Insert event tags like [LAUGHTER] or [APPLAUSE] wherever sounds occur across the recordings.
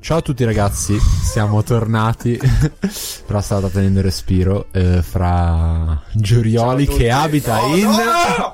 Ciao a tutti ragazzi, siamo tornati. [LAUGHS] Però stava tenendo il respiro eh, fra Giurioli Ciao a tutti. che abita No, in... no!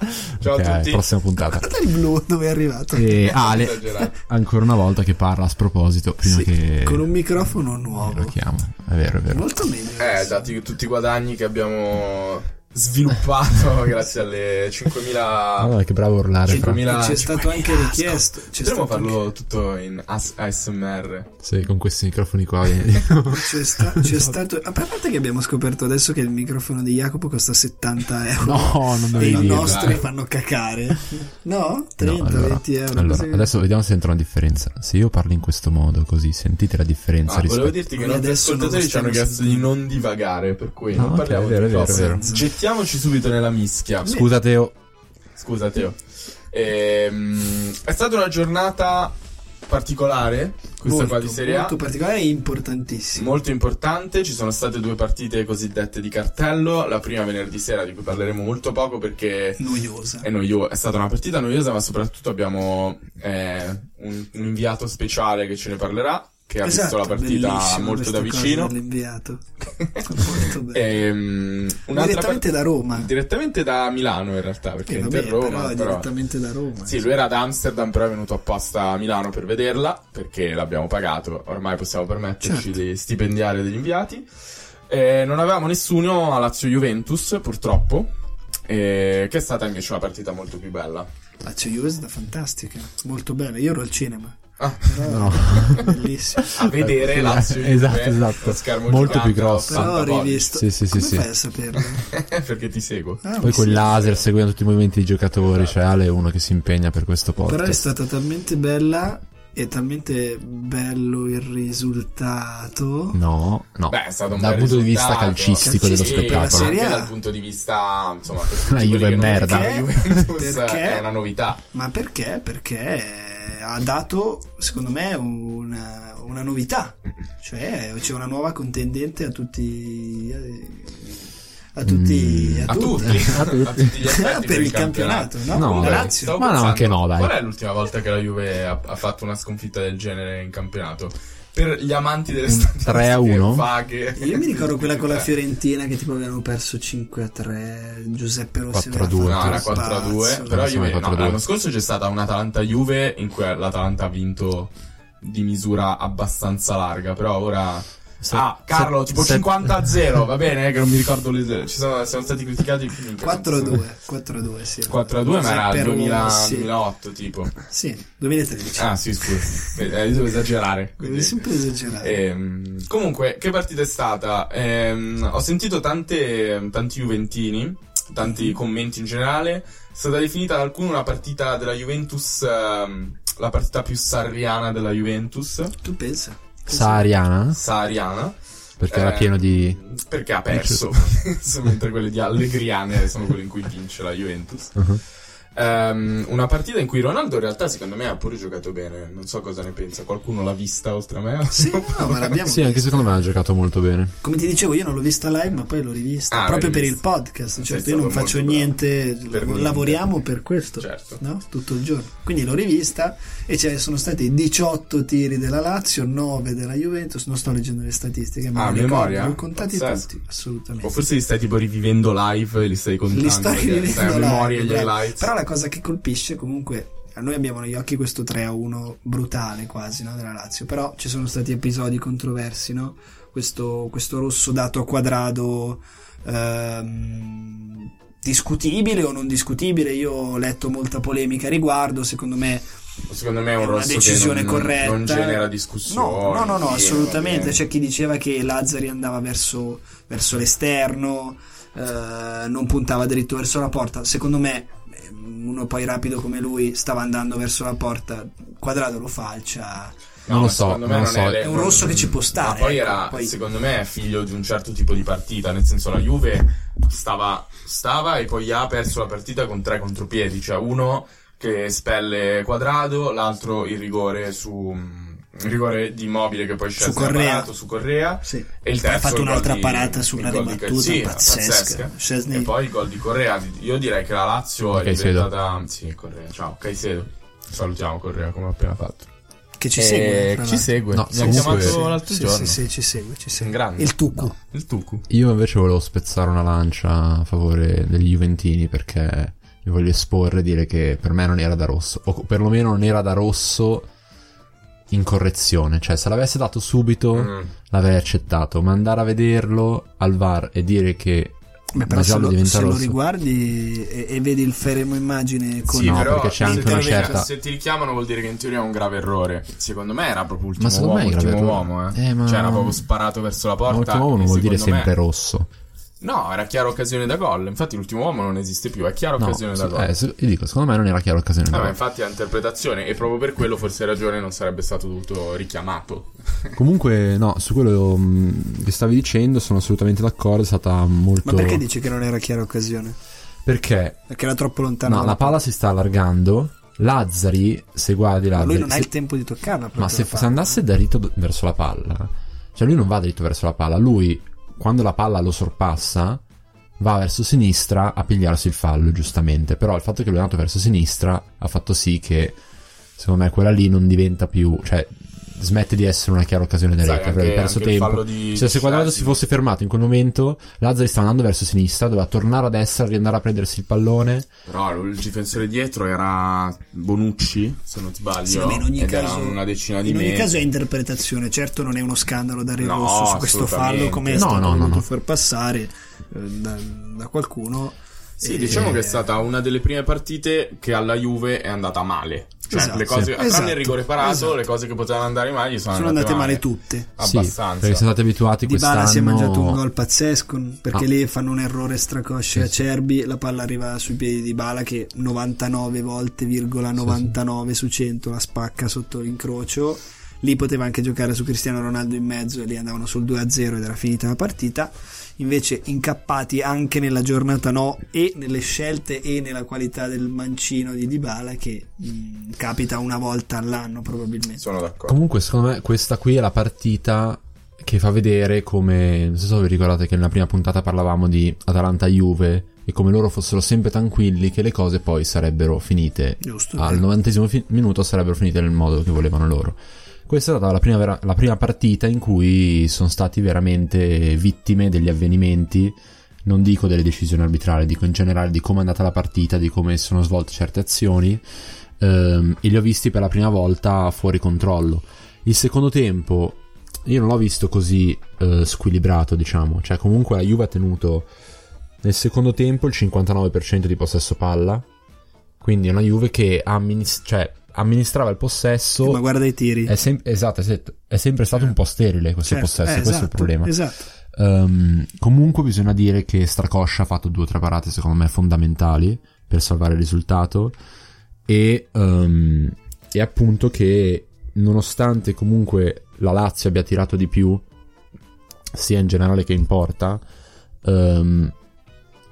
[LAUGHS] Ciao Ok, a tutti. prossima puntata. [LAUGHS] Guardate il blu dove è arrivato. E Ale, [LAUGHS] Esagerato. ancora una volta che parla a sproposito, prima Sì, che... Con un microfono Lo nuovo. chiamo, è vero, è vero. Molto meglio. Eh, adesso. dati tutti i guadagni che abbiamo [LAUGHS] sviluppato grazie alle 5.000... Guarda che bravo a urlare. Fra. 5.000 C'è stato anche richiesto. C'è Potremmo stato, farlo tutto in AS- ASMR. Sì, con questi microfoni qua. vieni. [LAUGHS] c'è [LAUGHS] sta- c'è stato- A parte che abbiamo scoperto adesso che il microfono di Jacopo costa 70 euro. [LAUGHS] no, non E dovevi i dirlo. nostri fanno cacare. No? 30, No, allora, 20 euro. allora, così. adesso vediamo se entra una differenza. Se io parlo in questo modo, così sentite la differenza Ah, rispetto volevo dirti che i Noi nostri adesso non ascoltatori ci hanno stiamo chiesto di sentendo. non divagare, per cui Ah, non ok, parliamo è vero, è di vero, cose. è vero. Gettiamoci subito nella mischia. Scusa Teo. Scusa, Teo. Ehm, è stata una giornata particolare, questa molto, qua di Serie A. Molto particolare e importantissimo. Molto importante, ci sono state due partite cosiddette di cartello, la prima venerdì sera di cui parleremo molto poco perché Noiosa. è, noio- è stata una partita noiosa ma soprattutto abbiamo eh, un, un inviato speciale che ce ne parlerà, che ha visto la partita Esatto, bellissimo molto da questa cosa vicino. Eh, dell'inviato. [LAUGHS] molto bello. Eh, Ehm, un'altra direttamente da Roma. part- direttamente da Milano in realtà, perché Eh, è vabbè, Inter Roma, però è però- direttamente da Roma. Sì, lui era ad Amsterdam, però è venuto apposta a Milano per vederla, perché l'abbiamo pagato, ormai possiamo permetterci Certo. di stipendiare degli inviati. Eh, non avevamo nessuno a Lazio Juventus, purtroppo, eh, che è stata invece una partita molto più bella. La Ah, cioè, Juve è stata fantastica, molto bella. Io ero al cinema. Ah. Però [LAUGHS] No. bellissimo. A vedere sì, Lazio Juve, [LAUGHS] esatto, esatto. lo schermo Molto gigante più grosso. a Però ho 80 pollici. rivisto. Sì, sì, sì, Come sì. fai a saperlo? [LAUGHS] perché ti seguo. Ah, Poi mi con sa- laser seguendo tutti i movimenti dei giocatori, cioè Ale è uno che si impegna per questo Però è podcast. stata talmente bella e talmente bello il risultato. No, no. Beh, è stato un Dal bel punto di vista risultato. calcistico dello Sì, spettacolo. ma anche Serie A. dal punto di vista, insomma, per tutti [LAUGHS] La quelli Juve che è non- merda. La Juventus Perché? è una novità. Ma perché? Perché ha dato, secondo me, una, una novità. Cioè, c'è una nuova contendente a tutti. A tutti. Mm, a eh, tutti. tutti, a [LAUGHS] tutti gli effetti per il campionato, no? No, Con la dai. Lazio. Stavo Ma no, pensando, anche no, dai. Qual è l'ultima volta che la Juve ha, ha fatto una sconfitta del genere in campionato? Per gli amanti delle statistiche 3 a 1? vaghe. Io mi ricordo quella con Eh. la Fiorentina che tipo avevano perso 5 a 3. Giuseppe Rossi 4 a 2, No, aveva era fatto 4 a 2. un Però Insomma, Juve, no, 4-2. l'anno scorso c'è stata un'Atalanta Juve in cui l'Atalanta ha vinto di misura abbastanza larga. Però ora. Se- ah, Carlo, se- tipo se- 50 a 0. Va bene, eh, che non mi ricordo le. Ci sono, siamo stati criticati. 4 a 2, 4 a 2, sì. 4 a 2, ma era Giuseppe il 2000 Rossi. 2008 tipo. Sì, 2013. Ah, sì, scusa. Eh, Io devo [LAUGHS] esagerare. Devi quindi- sempre esagerare. Ehm, comunque, che partita è stata? Ehm, ho sentito tante, tanti Juventini, tanti commenti in generale. È stata definita da alcuni una partita della Juventus, ehm, la partita più sarriana della Juventus. Tu pensa. Sahariana? Sahariana. Perché era Eh, pieno di... Eh, certo. Perché ha perso. [LAUGHS] Mentre quelle di Allegriane sono quelle in cui vince la Juventus. Uh-huh. Ehm, una partita in cui Ronaldo in realtà secondo me ha pure giocato bene. Non so cosa ne pensa. Qualcuno l'ha vista oltre a me? [LAUGHS] Sì, no, ma l'abbiamo Sì, anche secondo me ha giocato molto bene. Come ti dicevo, io non l'ho vista live, ma poi l'ho rivista. Ah, l'hai proprio per il rivista. podcast. Cioè, Sei io non stato faccio molto bravo. niente, Per niente. lavoriamo per questo. Certo. No? Tutto il giorno. Quindi l'ho rivista e ci sono stati 18 tiri della Lazio, 9 della Juventus. Non sto leggendo le statistiche, ma Ah, me le ricordo, memoria? li ho contati Pazzesco. tutti, O assolutamente. forse li stai tipo rivivendo live e li stai contando. Li sto perché rivivendo stai a live, memoria gli bravo. highlights. Però la cosa che colpisce comunque. a Noi abbiamo negli occhi questo 3 a 1 brutale quasi no, della Lazio, però ci sono stati episodi controversi, no? questo, questo rosso dato a quadrado ehm, discutibile o non discutibile. Io ho letto molta polemica a riguardo. Secondo me Secondo me è un è una rosso che decisione non- corretta. Non genera discussione. No, no, no, no, Sì, eh. assolutamente. Cioè, vabbè. C'è chi diceva che Lazzari andava verso, verso l'esterno, eh, non puntava dritto verso la porta. Secondo me, eh, uno poi rapido come lui stava andando verso la porta, quadrato lo falcia. No, Non lo ma so, secondo me non lo so. le- È un rosso che ci può stare, Ma poi ecco, era, poi- secondo me, è figlio di un certo tipo di partita. Nel senso, la Juve stava, stava e poi ha perso la partita con tre contropiedi. Cioè, uno che spelle quadrado, l'altro il rigore su. Il rigore di immobile che poi scelse Su Correa. parato su Correa. Sì. E il Poi terzo ha fatto il gol un'altra di- parata su il una gol di- ribattuta sì, pazzesca. Szczesny- E poi il gol di Correa. Io direi che la Lazio è Caicedo. diventata. Sì, Correa. Ciao, Caicedo. Salutiamo Correa come ha appena fatto. che ci Eh, segue. tra ci l'altro. segue. No, Mi ha comunque- chiamato l'altro Sì, giorno. Sì, sì, ci segue, ci segue. Un grande. Il Tucu. No. Il Tucu. Io invece volevo spezzare una lancia a favore degli Juventini perché mi voglio esporre e dire che per me non era da rosso, o co- perlomeno non era da rosso in correzione, cioè se l'avesse dato subito Mm. l'avrei accettato, ma andare a vederlo al VAR e dire che Beh, da però se giallo lo, diventa se lo rosso. riguardi e, e vedi il fermo immagine con... Sì, no, però perché c'è se anche te una lo dica- certa- Se ti richiamano vuol dire che in teoria è un grave errore. Secondo me era proprio ultimo Ma secondo uomo, me è grave ultimo errore. uomo, eh. Eh, ma- Cioè era proprio sparato verso la porta. l'ultimo uomo non e vuol dire secondo me- sempre rosso. No, era chiara occasione da gol. Infatti l'ultimo uomo non esiste più, è chiara No, occasione da sì, gol. eh, se- io dico, secondo me non era chiaro occasione Eh, da ma gol. infatti è interpretazione e proprio per quello forse hai ragione non sarebbe stato dovuto richiamato. Comunque, no, su quello mh, che stavi dicendo sono assolutamente d'accordo, è stata molto... Ma perché dici che non era chiara occasione? Perché Perché era troppo lontana. No, dalla la palla si sta allargando. Lazzari, se guardi Ma Lazzari, lui non ha se- il tempo di toccarla. proprio ma se, la se palla. andasse dritto d- verso la palla, cioè lui non va dritto verso la palla, lui quando la palla lo sorpassa va verso sinistra a pigliarsi il fallo, giustamente. Però il fatto che lui è andato verso sinistra ha fatto sì che secondo me quella lì non diventa più, cioè smette di essere una chiara occasione da Sai, rete, avrebbe anche, Eh, perso anche il tempo. fallo di Cioè, se Quadrado si Chelsea. fosse fermato in quel momento, Lazzari stava andando verso sinistra, doveva tornare a destra, riandare a prendersi il pallone. Però il difensore dietro era Bonucci, se non sbaglio. Sì, vabbè, in ogni ed caso, era una decina di in ogni metri. caso è interpretazione, certo non è uno scandalo dare il No, rosso su questo assolutamente. fallo come è No, stato no, no, voluto no. far passare eh, da, da qualcuno. Sì, Eh, diciamo che è stata una delle prime partite che alla Juve è andata male. Cioè, Esatto, le cose, sì. tranne esatto, il rigore parato, esatto. le cose che potevano andare male gli sono, sono andate male tutte. Sì, Abbastanza. perché siete abituati Di quest'anno. Bala si è mangiato un gol pazzesco perché Ah. lì fanno un errore Sì, stracosce a Cerbi, la palla arriva sui piedi di Bala che 99 volte, virgola 99 su 100 la spacca sotto l'incrocio. Lì poteva anche giocare su Cristiano Ronaldo in mezzo e lì andavano sul 2-0 ed era finita la partita. Invece incappati anche nella giornata no e nelle scelte e nella qualità del mancino di Dybala che mh, capita una volta all'anno probabilmente. Sono d'accordo. Comunque, secondo me, questa qui è la partita che fa vedere come. Non so se vi ricordate che nella prima puntata parlavamo di Atalanta-Juve e come loro fossero sempre tranquilli che le cose poi sarebbero finite Giusto? al novantesimo fi- minuto sarebbero finite nel modo che volevano loro. Questa è stata la prima, vera- la prima partita in cui sono stati veramente vittime degli avvenimenti, non dico delle decisioni arbitrali, dico in generale di come è andata la partita, di come sono svolte certe azioni ehm, e li ho visti per la prima volta fuori controllo. Il secondo tempo io non l'ho visto così eh, squilibrato, diciamo, cioè comunque la Juve ha tenuto nel secondo tempo il 59% di possesso palla, quindi è una Juve che amminis- cioè, amministrava il possesso. Eh, Ma guarda i tiri. È sem- esatto, è se- è sempre stato un po' sterile questo Certo, possesso, eh, questo è il esatto, problema. Esatto. Ehm, comunque bisogna dire che Stracoscia ha fatto due o tre parate secondo me fondamentali per salvare il risultato e, ehm, e appunto che nonostante comunque la Lazio abbia tirato di più sia in generale che in porta ehm,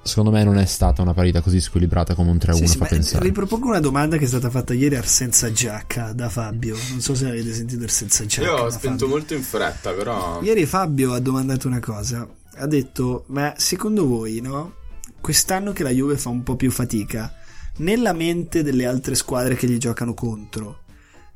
secondo me non è stata una partita così squilibrata come un 3-1 Sì, sì, fa ma pensare Ripropongo una domanda che è stata fatta ieri a Senza Giacca da Fabio. Non so se avete sentito il Senza Giacca. Io ho da spento Fabio. molto in fretta, però. Ieri Fabio ha domandato una cosa. Ha detto: Ma secondo voi, no? Quest'anno che la Juve fa un po' più fatica, nella mente delle altre squadre che gli giocano contro,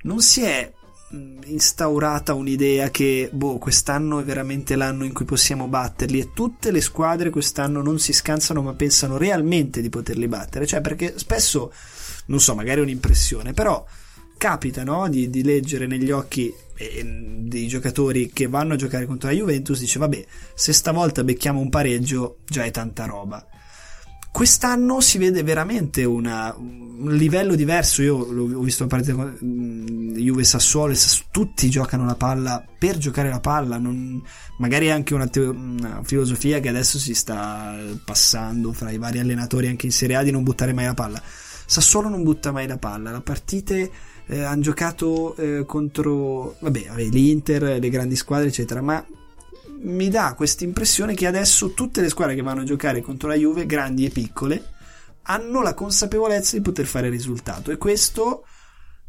non si è mh, instaurata un'idea che boh, quest'anno è veramente l'anno in cui possiamo batterli e tutte le squadre quest'anno non si scansano ma pensano realmente di poterli battere, cioè perché spesso non so, magari è un'impressione, però capita no, di, di leggere negli occhi eh, dei giocatori che vanno a giocare contro la Juventus, dice vabbè, se stavolta becchiamo un pareggio già è tanta roba. Quest'anno si vede veramente una- un livello diverso. Io l'ho- ho visto la partita con mm, Juve Sassuolo, e Sass- tutti giocano la palla per giocare la palla. non- magari è anche una, teo- una filosofia che adesso si sta eh, passando fra i vari allenatori anche in Serie A di non buttare mai la palla. Sassuolo non butta mai la palla. La partite eh, hanno giocato eh, contro vabbè, vabbè, l'Inter, le grandi squadre, eccetera. Ma mi dà questa impressione che adesso tutte le squadre che vanno a giocare contro la Juve, grandi e piccole, hanno la consapevolezza di poter fare risultato e questo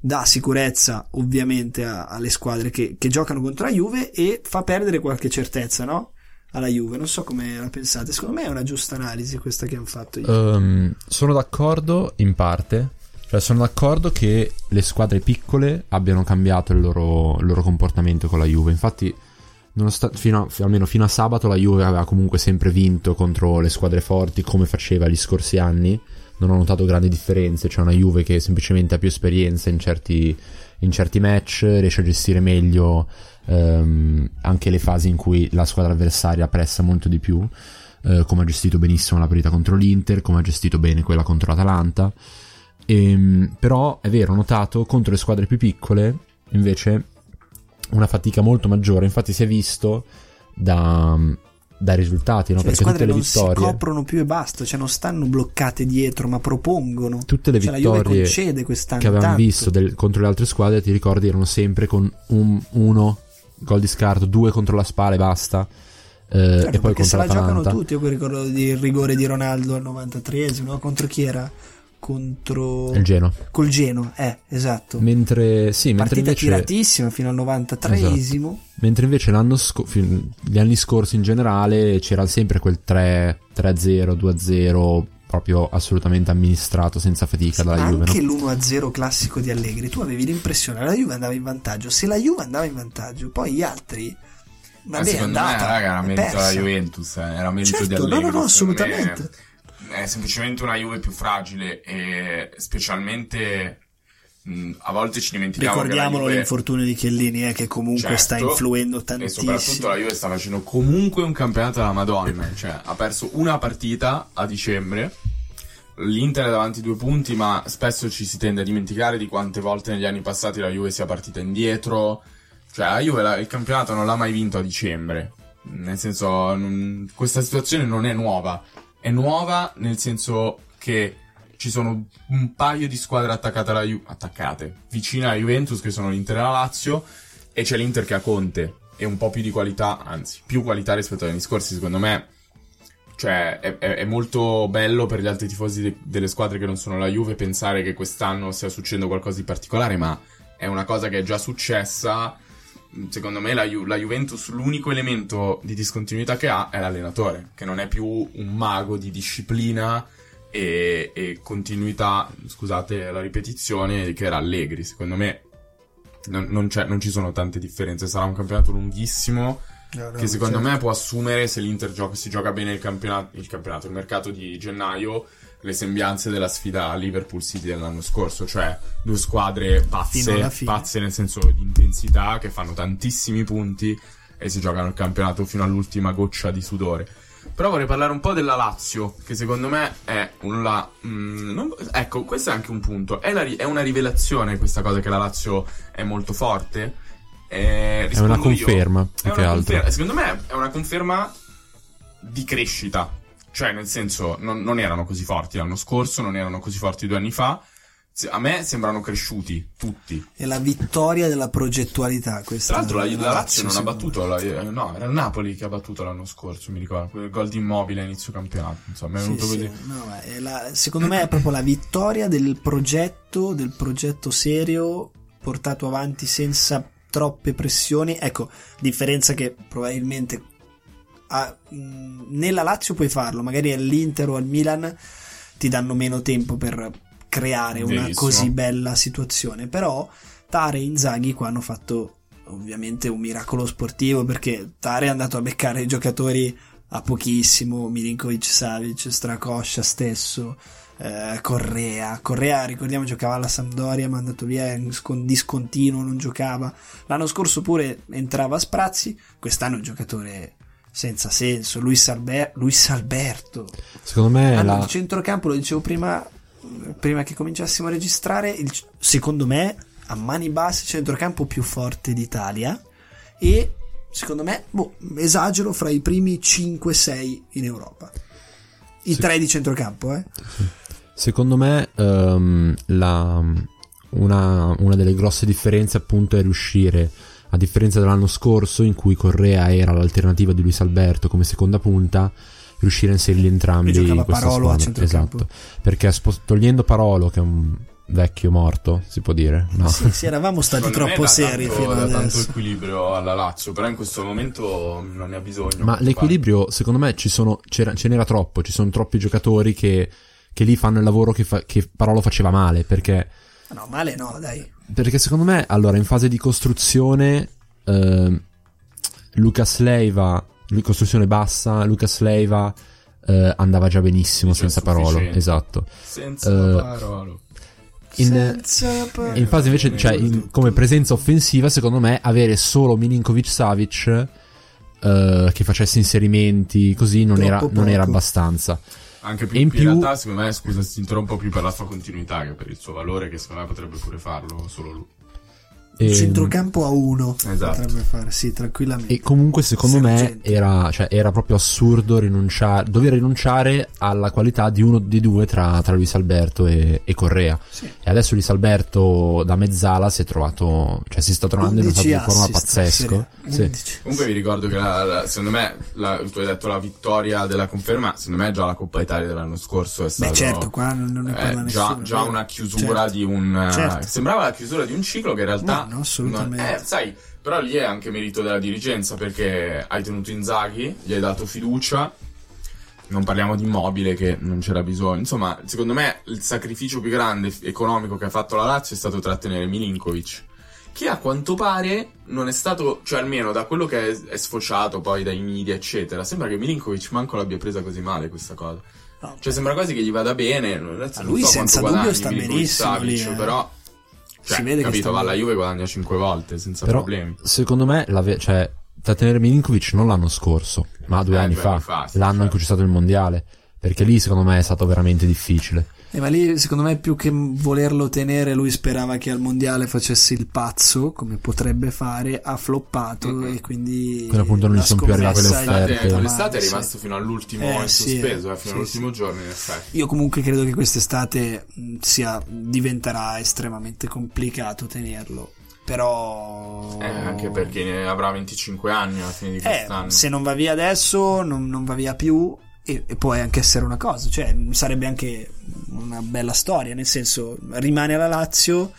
dà sicurezza ovviamente a- alle squadre che, che giocano contro la Juve e fa perdere qualche certezza, no? Alla Juve, non so come la pensate, Eh, secondo me è una giusta analisi questa che hanno fatto. ieri. Ehm, sono d'accordo in parte Cioè, sono d'accordo che le squadre piccole abbiano cambiato il loro, il loro comportamento con la Juve. Infatti, nonostan- fino a- f- almeno fino a sabato, la Juve aveva comunque sempre vinto contro le squadre forti come faceva gli scorsi anni. Non ho notato grandi differenze. C'è una Juve che semplicemente ha più esperienza in certi, in certi match, riesce a gestire meglio ehm, anche le fasi in cui la squadra avversaria pressa molto di più. eh, come ha gestito benissimo la partita contro l'Inter, come ha gestito bene quella contro l'Atalanta. Ehm, però è vero, ho notato contro le squadre più piccole invece una fatica molto maggiore. Infatti, si è visto da- dai risultati, no? Cioè, le perché tutte squadre le non si vittorie. coprono più e basta, cioè non stanno bloccate dietro, ma propongono. Tutte le Cioè, la Juve vittorie concede quest'anno. che avevamo tanto. visto del- contro le altre squadre, ti ricordi, erano sempre con un, uno gol di scarto, due contro la Spala e basta. Eh, Certo, e poi perché contro se la giocano l'Atalanta. tutti, io poi ricordo di- il rigore di Ronaldo al 93esimo, contro chi era? Contro Il Genoa. col Geno, eh, esatto. Mentre, sì, mentre Partita invece, tiratissima fino al 93esimo. Mentre invece l'anno sco- fi- gli anni scorsi in generale c'era sempre quel 3, 3-0, 2-0 proprio assolutamente amministrato senza fatica dalla Ma Esatto. Juve. anche No? l'1-0 classico di Allegri, tu avevi l'impressione che la Juve andava in vantaggio. Se la Juve andava in vantaggio, poi gli altri Ma vabbè, è eh, secondo andata, me, raga, era è merito persa. della Juventus, eh, era merito di Certo, no, Allegri. no, no, secondo me assolutamente. È semplicemente una Juve più fragile e specialmente mh, a volte ci dimentichiamo Ricordiamolo diciamo che la Juve... l'infortunio di Chiellini, eh, che comunque Certo, sta influendo E soprattutto tantissimo. la Juve sta facendo comunque un campionato alla Madonna. Cioè, ha perso una partita a dicembre. L'Inter è davanti due punti, ma spesso ci si tende a dimenticare di quante volte negli anni passati la Juve sia partita indietro. Cioè, la Juve la- il campionato non l'ha mai vinto a dicembre. Nel senso, non- questa situazione non è nuova. È nuova nel senso che ci sono un paio di squadre attaccate alla Ju- attaccate, vicine alla Juventus, che sono l'Inter e la Lazio, e c'è l'Inter che ha Conte e un po' più di qualità, anzi, più qualità rispetto agli anni scorsi, secondo me. Cioè, è, è- è molto bello per gli altri tifosi de- delle squadre che non sono la Juve pensare che quest'anno stia succedendo qualcosa di particolare, ma è una cosa che è già successa. Secondo me la, Ju- la Juventus l'unico elemento di discontinuità che ha è l'allenatore, che non è più un mago di disciplina e, e continuità, scusate la ripetizione, che era Allegri. Secondo me non, non c'è- non ci sono tante differenze, sarà un campionato lunghissimo No, no, che secondo certo. me può assumere se l'Inter gioca, si gioca bene il campionato, il campionato, il mercato di gennaio, le sembianze della sfida Liverpool City dell'anno scorso, cioè due squadre Fino alla pazze, fine. pazze nel senso di intensità, che fanno tantissimi punti e si giocano il campionato fino all'ultima goccia di sudore. Però vorrei parlare un po' della Lazio, che secondo me è una... mm, non- ecco, questo è anche un punto. È, la ri- è una rivelazione questa cosa che la Lazio è molto forte. Eh, È una rispondo io. conferma, È più una che altro. conferma- secondo me è una conferma di crescita. Cioè, nel senso, non, non erano così forti l'anno scorso, non erano così forti due anni fa. Se- A me sembrano cresciuti tutti. È la vittoria della progettualità questa. Tra l'altro, la, Ah, la Lazio non ha secondo me. battuto. la- eh, no, era il Napoli che ha battuto l'anno scorso, mi ricordo. Quel gol di immobile a inizio campionato. Insomma, è Sì, venuto sì, così. no, ma è la- secondo me è proprio la vittoria del progetto, del progetto serio portato avanti senza troppe pressioni. Ecco, differenza che probabilmente a- mh, nella Lazio puoi farlo, magari all'Inter o al Milan ti danno meno tempo per creare una Verissimo. così bella situazione, però Tare e Inzaghi qua hanno fatto ovviamente un miracolo sportivo perché Tare è andato a beccare i giocatori a pochissimo, Milinkovic, Savic, Stracoscia stesso, eh, Correa. Correa, ricordiamo, giocava alla Sampdoria, ma è andato via in scon- discontinuo, non giocava. L'anno scorso pure entrava a sprazzi, quest'anno è un giocatore senza senso, Luis, Alber- Luis Alberto. Secondo me Hanno Eh, la- il centrocampo, lo dicevo prima, prima che cominciassimo a registrare, il c- secondo me a mani basse il centrocampo più forte d'Italia e secondo me, boh, esagero, fra i primi 5-6 in Europa. I Sì. tre di centrocampo, eh. Secondo me ehm, la- una, una delle grosse differenze appunto è riuscire, a differenza dell'anno scorso in cui Correa era l'alternativa di Luis Alberto come seconda punta, riuscire a inserirli entrambi E giocava in questa Parolo a squadra. centrocampo. Esatto, perché spos- togliendo Parolo che è un vecchio morto, si può dire, no? Sì, sì, eravamo stati Secondo me troppo dà seri tanto- fino dà ad tanto adesso. equilibrio alla Lazio, però in questo momento non ne ha bisogno. Ma l'equilibrio, secondo me, ci sono, c'era- ce n'era troppo. Ci sono troppi giocatori che, che lì fanno il lavoro che, fa- che Parolo faceva male, perché, No, male no, dai. perché secondo me, allora, in fase di costruzione, ehm, Lucas Leiva, lui- costruzione bassa, Lucas Leiva eh, andava già benissimo Dice senza il sufficiente. Parolo, esatto. Senza Eh, parole. In- Senza par- E in fase invece, cioè, in- come presenza offensiva, secondo me, avere solo Milinkovic Savic eh, che facesse inserimenti così non Troppo era, non era poco. abbastanza. Anche e più, in in, più- realtà, secondo me, scusa, si interrompo più per la sua continuità che per il suo valore, che secondo me potrebbe pure farlo solo lui. E, centrocampo a uno Esatto. potrebbe fare, sì, tranquillamente. e comunque, secondo me, Sergente. era, cioè, era proprio assurdo rinunciare, dover rinunciare alla qualità di uno di due tra, tra Luis Alberto e, e Correa. Sì. E adesso Luis Alberto da mezzala si è trovato, cioè, si sta trovando in uno stato 11 di forma assist, pazzesco. sì. Sì. 11. Comunque vi ricordo che la- la- secondo me la- tu hai detto la vittoria della conferma, secondo me già la Coppa Italia dell'anno scorso è stata Beh, certo, qua non non ne parla eh, già, nessuno. già vero? una chiusura Certo. di un eh, Certo. sembrava la chiusura di un ciclo che in realtà No, no, assolutamente. non- eh, sai, però lì è anche merito della dirigenza perché hai tenuto Inzaghi, gli hai dato fiducia. Non parliamo di immobile che non c'era bisogno. Insomma, secondo me il sacrificio più grande f- economico che ha fatto la Lazio è stato trattenere Milinkovic che a quanto pare non è stato, cioè almeno da quello che è, è sfociato poi dai media, eccetera, sembra che Milinkovic manco l'abbia presa così male questa cosa. No. Cioè sembra quasi che gli vada bene. Adesso A non lui so senza quanto dubbio guadagni sta Milinkovic benissimo lì, Savic, eh. però cioè, Si vede che capito, sta va alla bene. Juve e guadagna 5 volte senza Però, problemi. secondo me, la ve- cioè, trattenere Milinkovic non l'anno scorso, ma due Eh, anni due fa, anni fa, sì, l'anno in certo. cui c'è stato il mondiale. Perché lì, secondo me, è stato veramente difficile. Eh, ma lì secondo me più che volerlo tenere lui sperava che al mondiale facesse il pazzo come potrebbe fare ha floppato Mm-mm. e quindi Quindi, appunto, non gli la sono più arrivate le scommessa gli è offerte. L'estate, andata l'estate è male, sì. rimasto fino all'ultimo Eh, in sì, sospeso, eh, fino sì, all'ultimo giorno in effetti. io comunque credo che quest'estate mh, sia, diventerà estremamente complicato tenerlo però Eh, anche perché ne avrà 25 anni alla fine di Eh, quest'anno. se non va via adesso, non, non va via più. E, e può anche essere una cosa, cioè sarebbe anche una bella storia. Nel senso, rimane alla Lazio,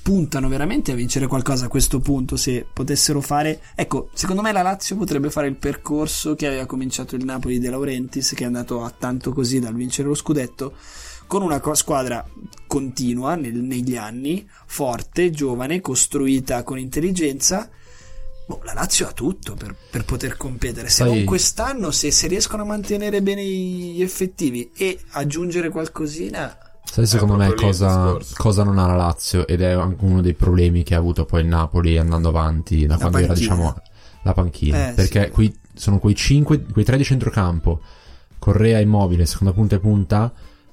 puntano veramente a vincere qualcosa a questo punto. Se potessero fare, ecco, secondo me la Lazio potrebbe fare il percorso che aveva cominciato il Napoli De Laurentiis, che è andato a tanto così dal vincere lo scudetto. Con una co- squadra continua nel- negli anni, forte, giovane, costruita con intelligenza, Boh, la Lazio ha tutto per, per poter competere. Se Sai- non quest'anno, se, se riescono a mantenere bene gli effettivi e aggiungere qualcosina, Sai, secondo me, proprio lì il cosa, discorso. cosa non ha la Lazio? Ed è anche uno dei problemi che ha avuto poi il Napoli andando avanti da La quando era, panchina. diciamo, la panchina. Eh, perché sì. qui sono quei 5, quei 3 di centrocampo, Correa immobile, seconda punta e punta,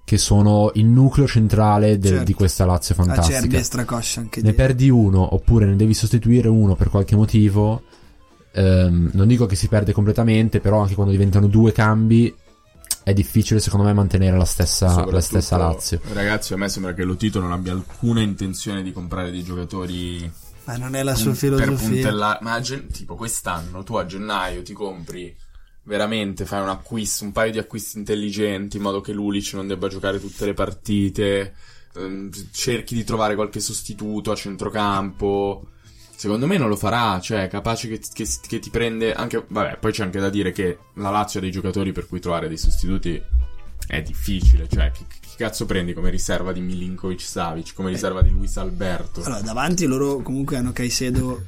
che sono il nucleo centrale del- Certo. di questa Lazio Acerbi fantastica. e Stracoscia anche eh. ne dietro. perdi uno oppure ne devi sostituire uno per qualche motivo, ehm, non dico che si perde completamente, però anche quando diventano due cambi è difficile secondo me mantenere la stessa, la stessa Lazio. Soprattutto, Ragazzi, a me sembra che Lotito non abbia alcuna intenzione di comprare dei giocatori Ma non è la sua per filosofia. puntellare. Ma a gen- tipo quest'anno tu a gennaio ti compri veramente, fai un acquisto, un paio di acquisti intelligenti in modo che Lulic non debba giocare tutte le partite. ehm, Cerchi di trovare qualche sostituto a centrocampo. Secondo me non lo farà, cioè è capace che, che- che ti prende anche... Vabbè, poi c'è anche da dire che la Lazio ha dei giocatori per cui trovare dei sostituti è difficile, cioè chi, chi cazzo prendi come riserva di Milinkovic Savic, come riserva di Luis Alberto? Allora, davanti loro comunque hanno Caicedo.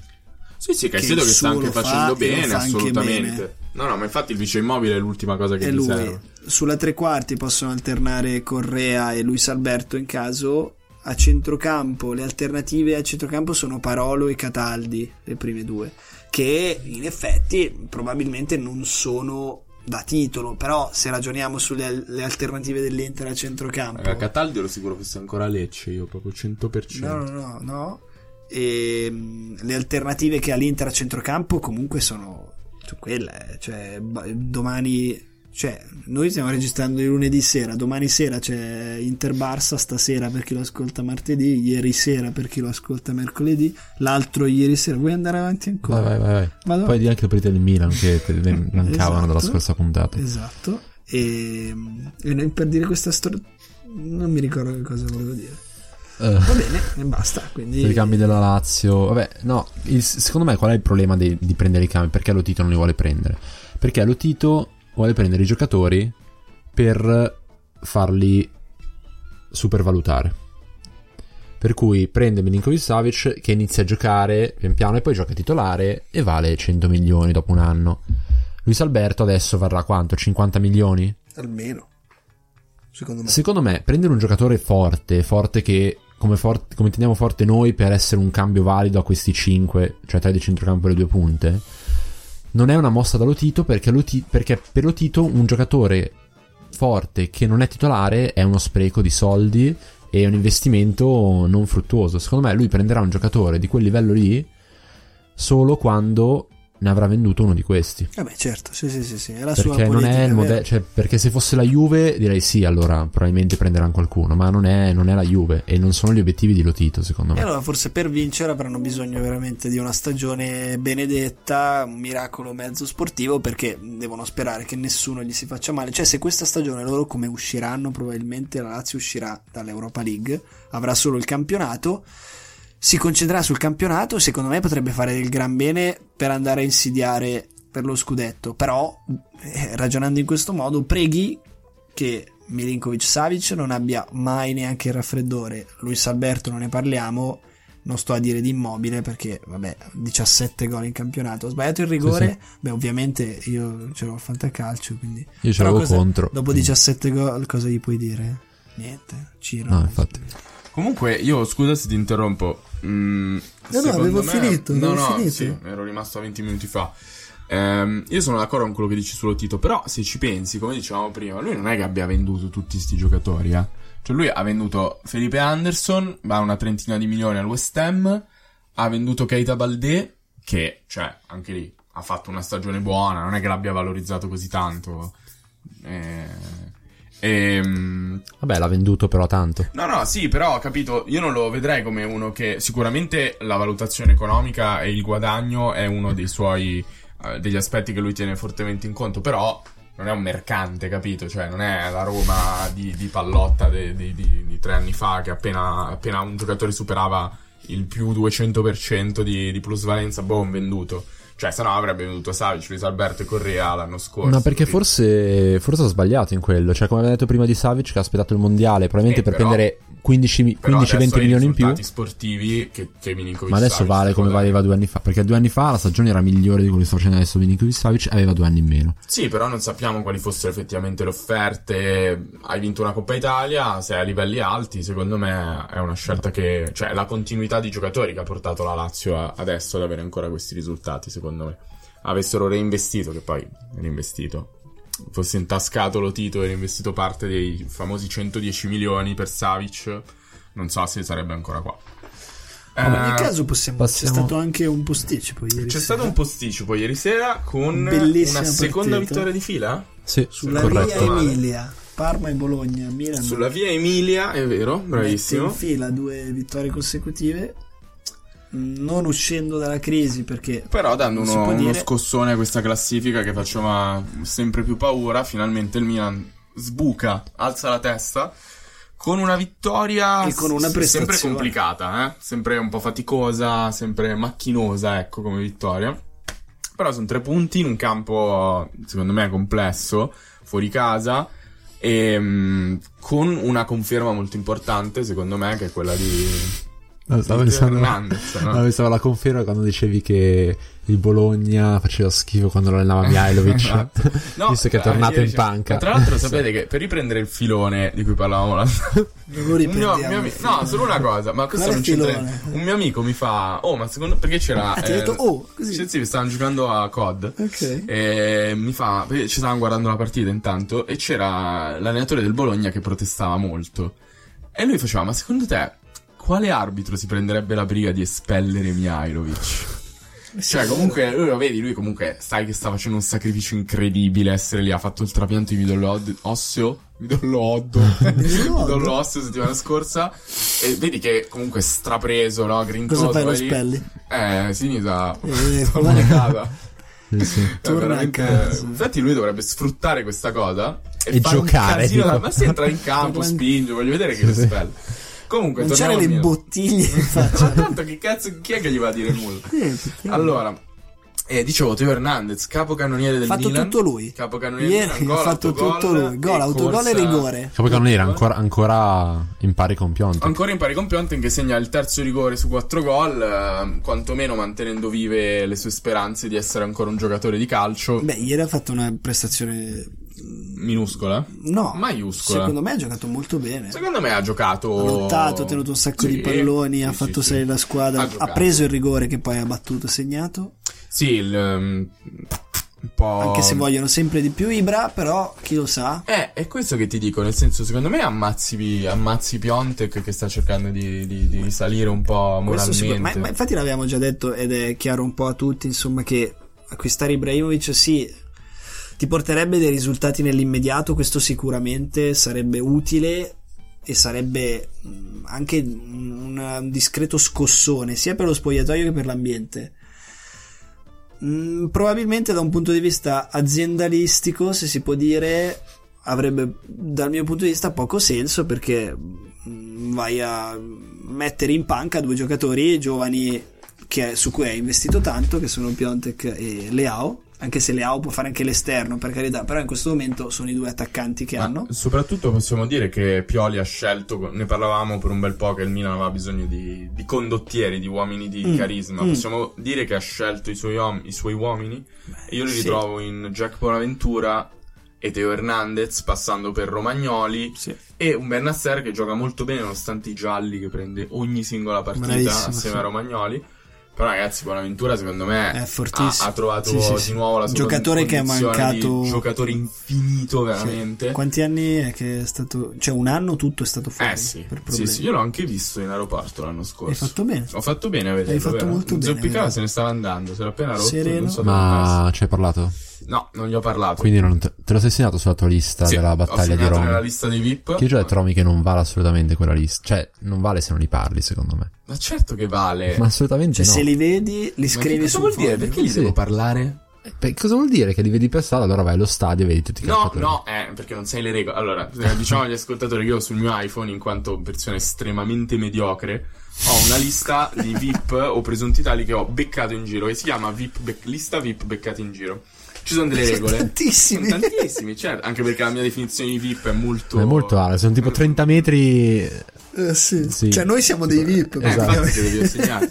Sì, sì, che Caicedo che, il sta suo anche lo fa facendo e lo bene, fa anche assolutamente. bene. No, no, ma infatti il vice immobile è l'ultima cosa che E gli lui serve. sulla tre quarti possono alternare Correa e Luis Alberto in caso. A centrocampo, le alternative a centrocampo sono Parolo e Cataldi, le prime due, che in effetti probabilmente non sono da titolo, però se ragioniamo sulle al- le alternative dell'Inter a centrocampo, Raga, Cataldi ero sicuro fosse ancora a Lecce, io proprio 100%. No, no, no, no. E, mm, le alternative che ha l'Inter a centrocampo comunque sono sono quelle, eh. cioè ba- domani cioè, noi stiamo registrando il lunedì sera, domani sera c'è Inter Barça, stasera per chi lo ascolta martedì, ieri sera per chi lo ascolta mercoledì, l'altro ieri sera. Vuoi andare avanti ancora? Vai, vai, vai, vai. Madonna. Poi di anche le partite del Milan che te ne mancavano Ecco. [LAUGHS] Esatto. dalla scorsa puntata. Esatto. E, e noi per dire questa storia non mi ricordo che cosa volevo dire. Va Eh, bene, e basta, quindi per i cambi della Lazio. Vabbè, no, il- secondo me qual è il problema dei- di prendere i cambi? Perché lo Tito non li vuole prendere? Perché lo Tito vuole prendere i giocatori per farli supervalutare. Per cui prende Milinkovic Savic che inizia a giocare pian piano e poi gioca titolare e vale 100 milioni dopo un anno. Luis Alberto adesso varrà quanto? 50 milioni? almeno. Secondo me. Secondo me prendere un giocatore forte, forte che come, for- come teniamo forte noi per essere un cambio valido a questi 5, cioè 3 di centrocampo e le due punte, non è una mossa da Lotito perché, Loti- perché per Lotito un giocatore forte che non è titolare è uno spreco di soldi e è un investimento non fruttuoso. Secondo me lui prenderà un giocatore di quel livello lì solo quando ne avrà venduto uno di questi. Eh beh, certo, sì, sì, sì, sì, è la sua Perché non politica. è il vero? modello, cioè, perché se fosse la Juve direi sì, allora probabilmente prenderanno qualcuno, ma non è, non è la Juve e non sono gli obiettivi di Lotito, secondo E me. allora forse per vincere avranno bisogno veramente di una stagione benedetta, un miracolo mezzo sportivo, perché devono sperare che nessuno gli si faccia male. Cioè, se questa stagione loro come usciranno, probabilmente la Lazio uscirà dall'Europa League, avrà solo il campionato. Si concentrerà sul campionato, secondo me potrebbe fare del gran bene per andare a insidiare per lo scudetto. Però, eh, ragionando in questo modo, preghi che Milinkovic Savic non abbia mai neanche il raffreddore. Luis Alberto non ne parliamo. Non sto a dire di immobile perché, vabbè, 17 gol in campionato. Ho sbagliato il rigore. Beh, ovviamente io ce l'ho al fantacalcio, quindi. Io ce Però l'avevo cosa- contro. Dopo 17 gol, cosa gli puoi dire? Niente, Ciro. No, infatti. Comunque, io scusa se ti interrompo. Mm, no, secondo avevo me- finito, No, avevo no, finito. sì, ero rimasto a 20 minuti fa. Ehm, io sono d'accordo con quello che dici sullo Tito, però se ci pensi, come dicevamo prima, lui non è che abbia venduto tutti sti giocatori, eh. Cioè lui ha venduto Felipe Anderson, va una trentina di milioni al West Ham, ha venduto Keita Baldé, che, cioè, anche lì ha fatto una stagione buona, non è che l'abbia valorizzato così tanto. Eh, ehm, Vabbè, l'ha venduto però tanto. No, no, sì, però ho capito, io non lo vedrei come uno che sicuramente la valutazione economica e il guadagno è uno dei suoi eh, degli aspetti che lui tiene fortemente in conto, però non è un mercante, capito? Cioè, non è la Roma di, di pallotta de- di, di- di tre anni fa che appena, appena un giocatore superava il più 200% di, di plusvalenza, boom, venduto. Cioè, se no avrebbe venduto Savic, Luis Alberto e Correa l'anno scorso. Ma perché capito? forse, forse ho sbagliato in quello. Cioè, come abbiamo detto prima di Savic, che ha aspettato il mondiale, probabilmente Eh, per però- prendere 15 mi- Però 15-20 adesso hai i milioni in più. risultati sportivi che, che Milinkovic Ma adesso Savic vale sta come guadagnando. valeva due anni fa. Perché due anni fa la stagione era migliore di quello che sta facendo adesso Milinkovic Savic, aveva due anni in meno. Sì, però non sappiamo quali fossero effettivamente le offerte. Hai vinto una Coppa Italia, sei a livelli alti, secondo me è una scelta che... cioè è la continuità di giocatori che ha portato la Lazio a- adesso ad avere ancora questi risultati, secondo me. Avessero reinvestito, che poi reinvestito, fosse intascato lo Tito e reinvestito parte dei famosi 110 milioni per Savic, non so se sarebbe ancora qua. In ogni Eh, caso possiamo... passiamo- C'è stato anche un posticipo ieri. c'è sera. stato un posticipo ieri sera con Bellissima una seconda partita. vittoria di fila? Sì, Sulla corretto. via Male. Emilia, Parma e Bologna, Milano. Sulla via Emilia, è vero, Mette in bravissimo. fila due vittorie consecutive, non uscendo dalla crisi perché Però dando Non si uno, può uno dire. scossone a questa classifica che faceva sempre più paura, finalmente il Milan sbuca, alza la testa con una vittoria E con una s- sempre prestazione. complicata, eh? sempre un po' faticosa, sempre macchinosa, ecco, come vittoria. Però sono tre punti in un campo, secondo me, complesso, fuori casa, e mm, con una conferma molto importante, secondo me, che è quella di... No, stavo di pensando- Hernandez, no? No, pensavo alla conferma quando dicevi che il Bologna faceva schifo quando lo allenava Mihailovic. [LAUGHS] Esatto. visto che è eh, tornato ieri in c'è- panca. Ma Tra [LAUGHS] l'altro, sapete che per riprendere il filone di cui parlavamo la non lo un mio- riprendiamo. mio ami- no, solo una [LAUGHS] cosa, ma questo Quale non c'entra. filone? niente. Un mio amico mi fa, oh, ma secondo perché c'era. eh, Ah, ti ha detto, "Oh", così? Sì, sì, stavano giocando a COD. Ok. E mi fa, perché ci stavamo guardando la partita intanto, e c'era l'allenatore del Bologna che protestava molto. E lui faceva, ma secondo te, quale arbitro si prenderebbe la briga di espellere Mihailovic? Cioè, comunque, lui lo vedi, lui comunque sai che sta facendo un sacrificio incredibile essere lì, ha fatto il trapianto di midollo od- osseo, midollo [LAUGHS] [LAUGHS] oddo, midollo osseo settimana scorsa, e vedi che comunque è strapreso, no, grintoso. Cosa fai lo vai lì. spelli? Eh, Sinisa, Eh, torna a guarda. casa. Sì, sì. Cioè, Torna a veramente- casa. Infatti lui dovrebbe sfruttare questa cosa e, E fare un giocare, casino dico. da- ma si entra in campo, [LAUGHS] Torna in- spinge, voglio vedere che lo spella. Comunque, Non torniamo al c'erano le Milan. bottiglie in Ma [LAUGHS] faccia. [LAUGHS] tanto che cazzo, chi è che gli va a dire nulla? Eh, perché- Allora, E dicevo, Teo Hernandez, capocannoniere del Ha fatto Milan. tutto lui. Capocannoniere del Ieri Milan, ha gol, fatto autogol tutto lui. Gol, autogol e corsa- rigore. Capocannoniere ancora, ancora in pari con Piontek. Ancora in pari con Piontek che segna il terzo rigore su quattro gol, ehm, quantomeno mantenendo vive le sue speranze di essere ancora un giocatore di calcio. Beh, ieri ha fatto una prestazione. Minuscola. No, Maiuscola. Secondo me ha giocato molto bene. Secondo me ha giocato. Ha lottato, ha tenuto un sacco Sì, di palloni, ha sì, fatto sì, salire sì. la squadra, Ha ha, giocato. preso il rigore che poi ha battuto e segnato. Sì, il, ehm, un po'. Anche se vogliono sempre di più Ibra, però chi lo sa. Eh, è questo che ti dico, nel senso, secondo me ammazzi, ammazzi Piontek che sta cercando di, di, di risalire un po' Questo sicur- moralmente. ma, ma infatti l'abbiamo già detto ed è chiaro un po' a tutti, insomma, che acquistare Ibrahimovic sì ti porterebbe dei risultati nell'immediato, questo sicuramente sarebbe utile e sarebbe mh, anche un, un discreto scossone sia per lo spogliatoio che per l'ambiente. Mm, probabilmente da un punto di vista aziendalistico, se si può dire, avrebbe dal mio punto di vista poco senso perché mm, vai a mettere in panca due giocatori giovani che- su cui hai investito tanto, che sono Piontek e Leao. Anche se Leao può fare anche l'esterno, per carità, però in questo momento sono i due attaccanti che Ma hanno. Soprattutto possiamo dire che Pioli ha scelto, ne parlavamo per un bel po' che il Milan aveva bisogno di, di condottieri, di uomini di Mm, carisma. mm. Possiamo dire che ha scelto i suoi, om- i suoi uomini. E io li Sì. ritrovo in Jack Bonaventura e Teo Hernandez, passando per Romagnoli Sì. e un Bernasser che gioca molto bene nonostante i gialli che prende ogni singola partita Bravissimo, assieme sì. a Romagnoli. Però ragazzi, Bonaventura secondo me È ha- fortissimo. Ha, trovato Sì, sì, di sì. nuovo la sua Giocatore che è condizione di mancato- Giocatore infinito veramente. Sì. Quanti anni è che è stato. Cioè, un anno tutto è stato fuori Eh sì, per sì, problemi. sì, io l'ho anche visto in aeroporto l'anno Hai scorso. fatto bene. Ho fatto bene a vederlo. Hai fatto vero? molto bene, Zoppicava vero. se ne stava andando, se l'ha appena rotto. Sereno. Non so dove Ma ci hai parlato? fosse. No, non gli ho parlato. Quindi non te, te lo sei segnato sulla tua lista Sì, della battaglia ho di segnato nella Romy. lista dei VIP. Che io già ho detto Romy che non vale assolutamente quella lista. Cioè, non vale se non li parli, secondo me. Ma certo che vale. Ma assolutamente Cioè, se no. li vedi, li Ma scrivi che cosa sul vuol dire? foglio. Perché gli Sì. Eh, devo parlare? Beh, cosa vuol dire? Che li vedi per strada, allora vai allo stadio e vedi tutti i No, calciatori. no, eh, perché non sai le regole. Allora, eh, diciamo agli ascoltatori che io sul mio iPhone, in quanto persona estremamente mediocre, ho una lista di VIP o presunti tali che ho beccato in giro, che si chiama VIP bec- lista VIP beccati in giro. Ci sono delle Sono regole. tantissimi. Sono tantissimi, certo. Anche perché la mia definizione di VIP è molto. È molto alta, sono tipo 30 metri. Eh, sì. Sì. Cioè, noi siamo dei VIP. Eh, Esatto. infatti te praticamente. [LAUGHS] li ho segnati.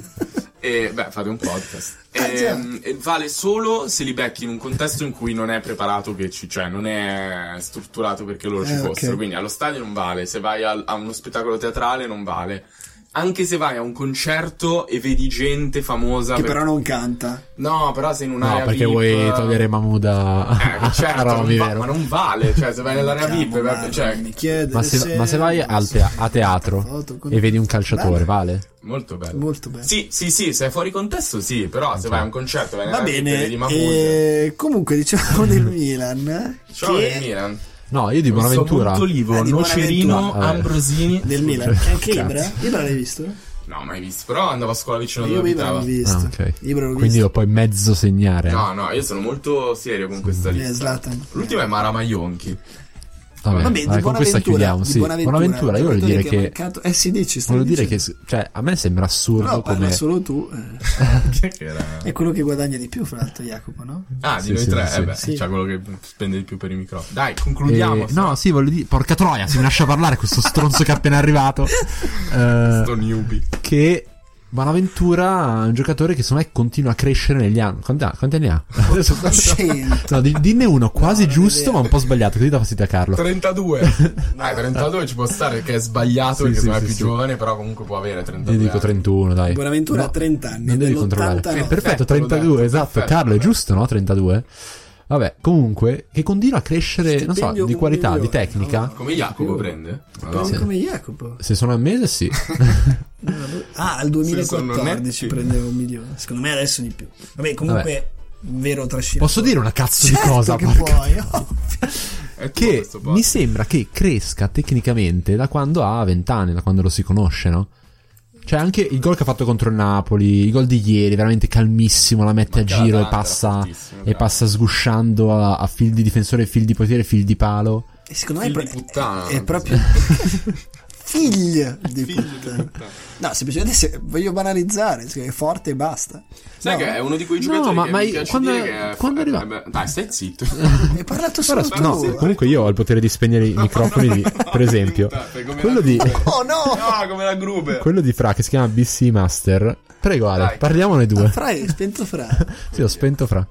E beh, fate un podcast. Eh, E, già. mm, e vale solo se li becchi in un contesto in cui non è preparato, che ci, cioè non è strutturato perché loro ci Eh, ok. fossero. Quindi allo stadio non vale, se vai al- a uno spettacolo teatrale non vale. Anche se vai a un concerto e vedi gente famosa. Che per- però non canta. No, però sei in No, un'area. perché VIP, vuoi togliere Mahmood [LAUGHS] a, Eh, certo, a Romy, non va- vero? ma non vale. Cioè, se vai nell'area VIP, Chiamo beh, Marco, cioè, mi chiede Ma se, ma se vai al se- te- a teatro foto con- e vedi un calciatore, Bello. vale? molto bello. Molto bene. Sì, sì, sì, se è fuori contesto, sì, però se vai a un concerto, Eh, vai Va nella vita, bene. eh, vedi Mahmood. E comunque, diciamo del Milan. eh, Ciao che- del Milan. No, io di Buonaventura. Montolivo, Eh, di Nocerino, Buonaventura. Ah, eh. Ambrosini. Del Milan. E Anche Cazzo. Ibra. Ibra l'hai visto? No, mai visto, però andavo a scuola vicino dove Io Ibra l'ho abitava. visto. Ah, ok. Ibra l'ho Quindi visto. lo puoi mezzo segnare. No, no, io sono molto serio con questa Eh, lista. Zlatan. L'ultima è Mara Maionchi. Vabbè, Vabbè, vabbè, di con questa Buonaventura, chiudiamo. di Sì. Buonaventura, Buonaventura, io voglio dire giocatore è che. mancato- Eh sì, dici, stavi Volevo dire che. dicendo. Cioè, a me sembra assurdo No, parla come. solo tu. eh. Che era? È quello che guadagna di più, fra l'altro, Jacopo, [LAUGHS] no? Ah, di Sì, noi sì, tre, sì. eh beh, Sì. c'è quello che spende di più per i microfoni. Dai, Eh, concludiamo. sto- no, sì, voglio dire. Porca troia, se mi lascia parlare questo stronzo che è appena [LAUGHS] arrivato. Eh, [LAUGHS] Sto newbie. che Bonaventura è un giocatore che secondo me continua a crescere negli anni. Quanti, ha- quanti anni [LAUGHS] ha? Adesso- Cento. no, di- dinne uno quasi No, non è giusto, vero. ma un po' sbagliato, così dà fastidio a Carlo. 32. Ah, 32 ci può stare che è sbagliato Sì, perché sì, secondo me è sì, più sì. giovane, però comunque può avere 32. Io dico anni. 31, dai. Buonaventura No, ha 30 anni. Non devi dell'89. controllare. Eh, perfetto, Perfetto, l'ho 32, detto, esatto. perfetto, Carlo, è perfetto. giusto, no? 32. Vabbè, comunque, che continua a crescere, non so, Stipendio di un qualità, di milione, tecnica. no? Come Jacopo prende? Prendi Madonna. come Jacopo. Se sono al mese, [LAUGHS] sì. Ah, al sono 2014 netti. prendeva un milione. Secondo me adesso di più. Vabbè, comunque, vero trascinato. Posso dire una cazzo certo di cosa? che porca- puoi. [LAUGHS] ovvio. È tuo che questo podcast. mi sembra che cresca tecnicamente da quando ha 20 anni, da quando lo si conosce, no? Cioè anche il gol che ha fatto contro il Napoli, il gol di ieri, veramente calmissimo, la mette Manca a giro la e tanta, passa, fortissimo, e bravo. passa sgusciando a, a fil di difensore, fil di potere, fil di palo. E secondo me è, Fil pro- di puttana. [LAUGHS] è proprio Figlio di Figlio di puttana. puttana. No, semplicemente se- voglio banalizzare, cioè, è forte e basta. Sai No, che è uno di quei No, giocatori ma- che ma mi io- piace quando- dire che è- quando eh, arriva- beh, Dai, stai [LAUGHS] zitto. Hai parlato solo Guarda, tu. no, comunque io ho il potere di spegnere i microfoni, di- per esempio. Come Quello la di, Gruber. Oh [LAUGHS] no! No, come la Gruber. quello di Fra che si chiama BC Master. Prego Ale, Dai. parliamone [LAUGHS] due. Fra è spento fra. Sì, ho spento Fra.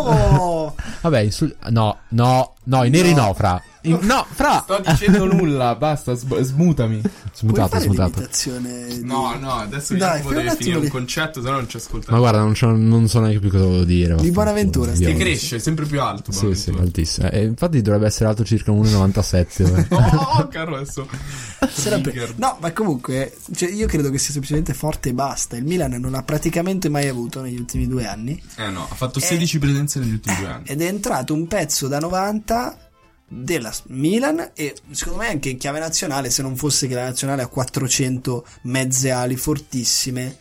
No! Vabbè, insul- no, no, no, i neri no, Fra. I- no, Fra. [LAUGHS] [LAUGHS] Sto dicendo nulla, basta, sb- smutami. Puoi Smutato, fare smutato. l'imitazione di- No, no, adesso Dai, Jacopo fai un deve attimo finire un di- concetto, se no non ci ascolta. Ma guarda, non, c'ho- non so neanche più cosa volevo dire. Di vaffanculo, Buonaventura, Dio. Che cresce sempre più alto. Sì, sì, Bonaventura. altissimo. Eh, infatti dovrebbe essere alto circa 1,97. [LAUGHS] beh. Oh, caro adesso. Certo, Se la pre- Trigger. No, ma comunque, cioè, io credo che sia semplicemente forte e basta. Il Milan non l'ha praticamente mai avuto negli ultimi due anni. Eh no, ha fatto 16 presenze negli ultimi due anni. Ed è entrato un pezzo da 90 della s- Milan e secondo me anche in chiave nazionale, se non fosse che la nazionale ha 400 mezze ali fortissime.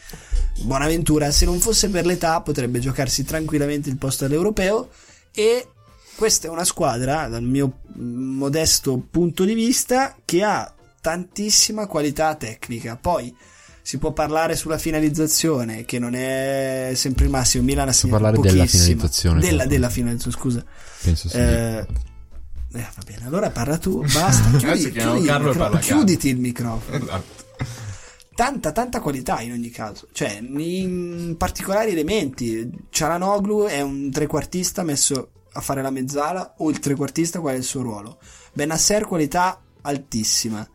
Buonaventura, se non fosse per l'età, potrebbe giocarsi tranquillamente il posto all'europeo e questa è una squadra, dal mio modesto punto di vista, che ha tantissima qualità tecnica. Poi si può parlare sulla finalizzazione, che non è sempre il massimo. Milan ha segnato parlare della pochissimo. finalizzazione, Della, però. della finalizzazione, scusa. Penso sì. Eh, eh, va bene, allora parla tu, basta. [LAUGHS] Adesso Chiudi, chiamiamo chiudi il Carlo e micro- parla Carlo. chiuditi il microfono. Esatto. Tanta, tanta qualità in ogni caso. Cioè, in particolari elementi. Cialanoglu è un trequartista messo a fare la mezzala o il trequartista qual è il suo ruolo. Benasser qualità altissima.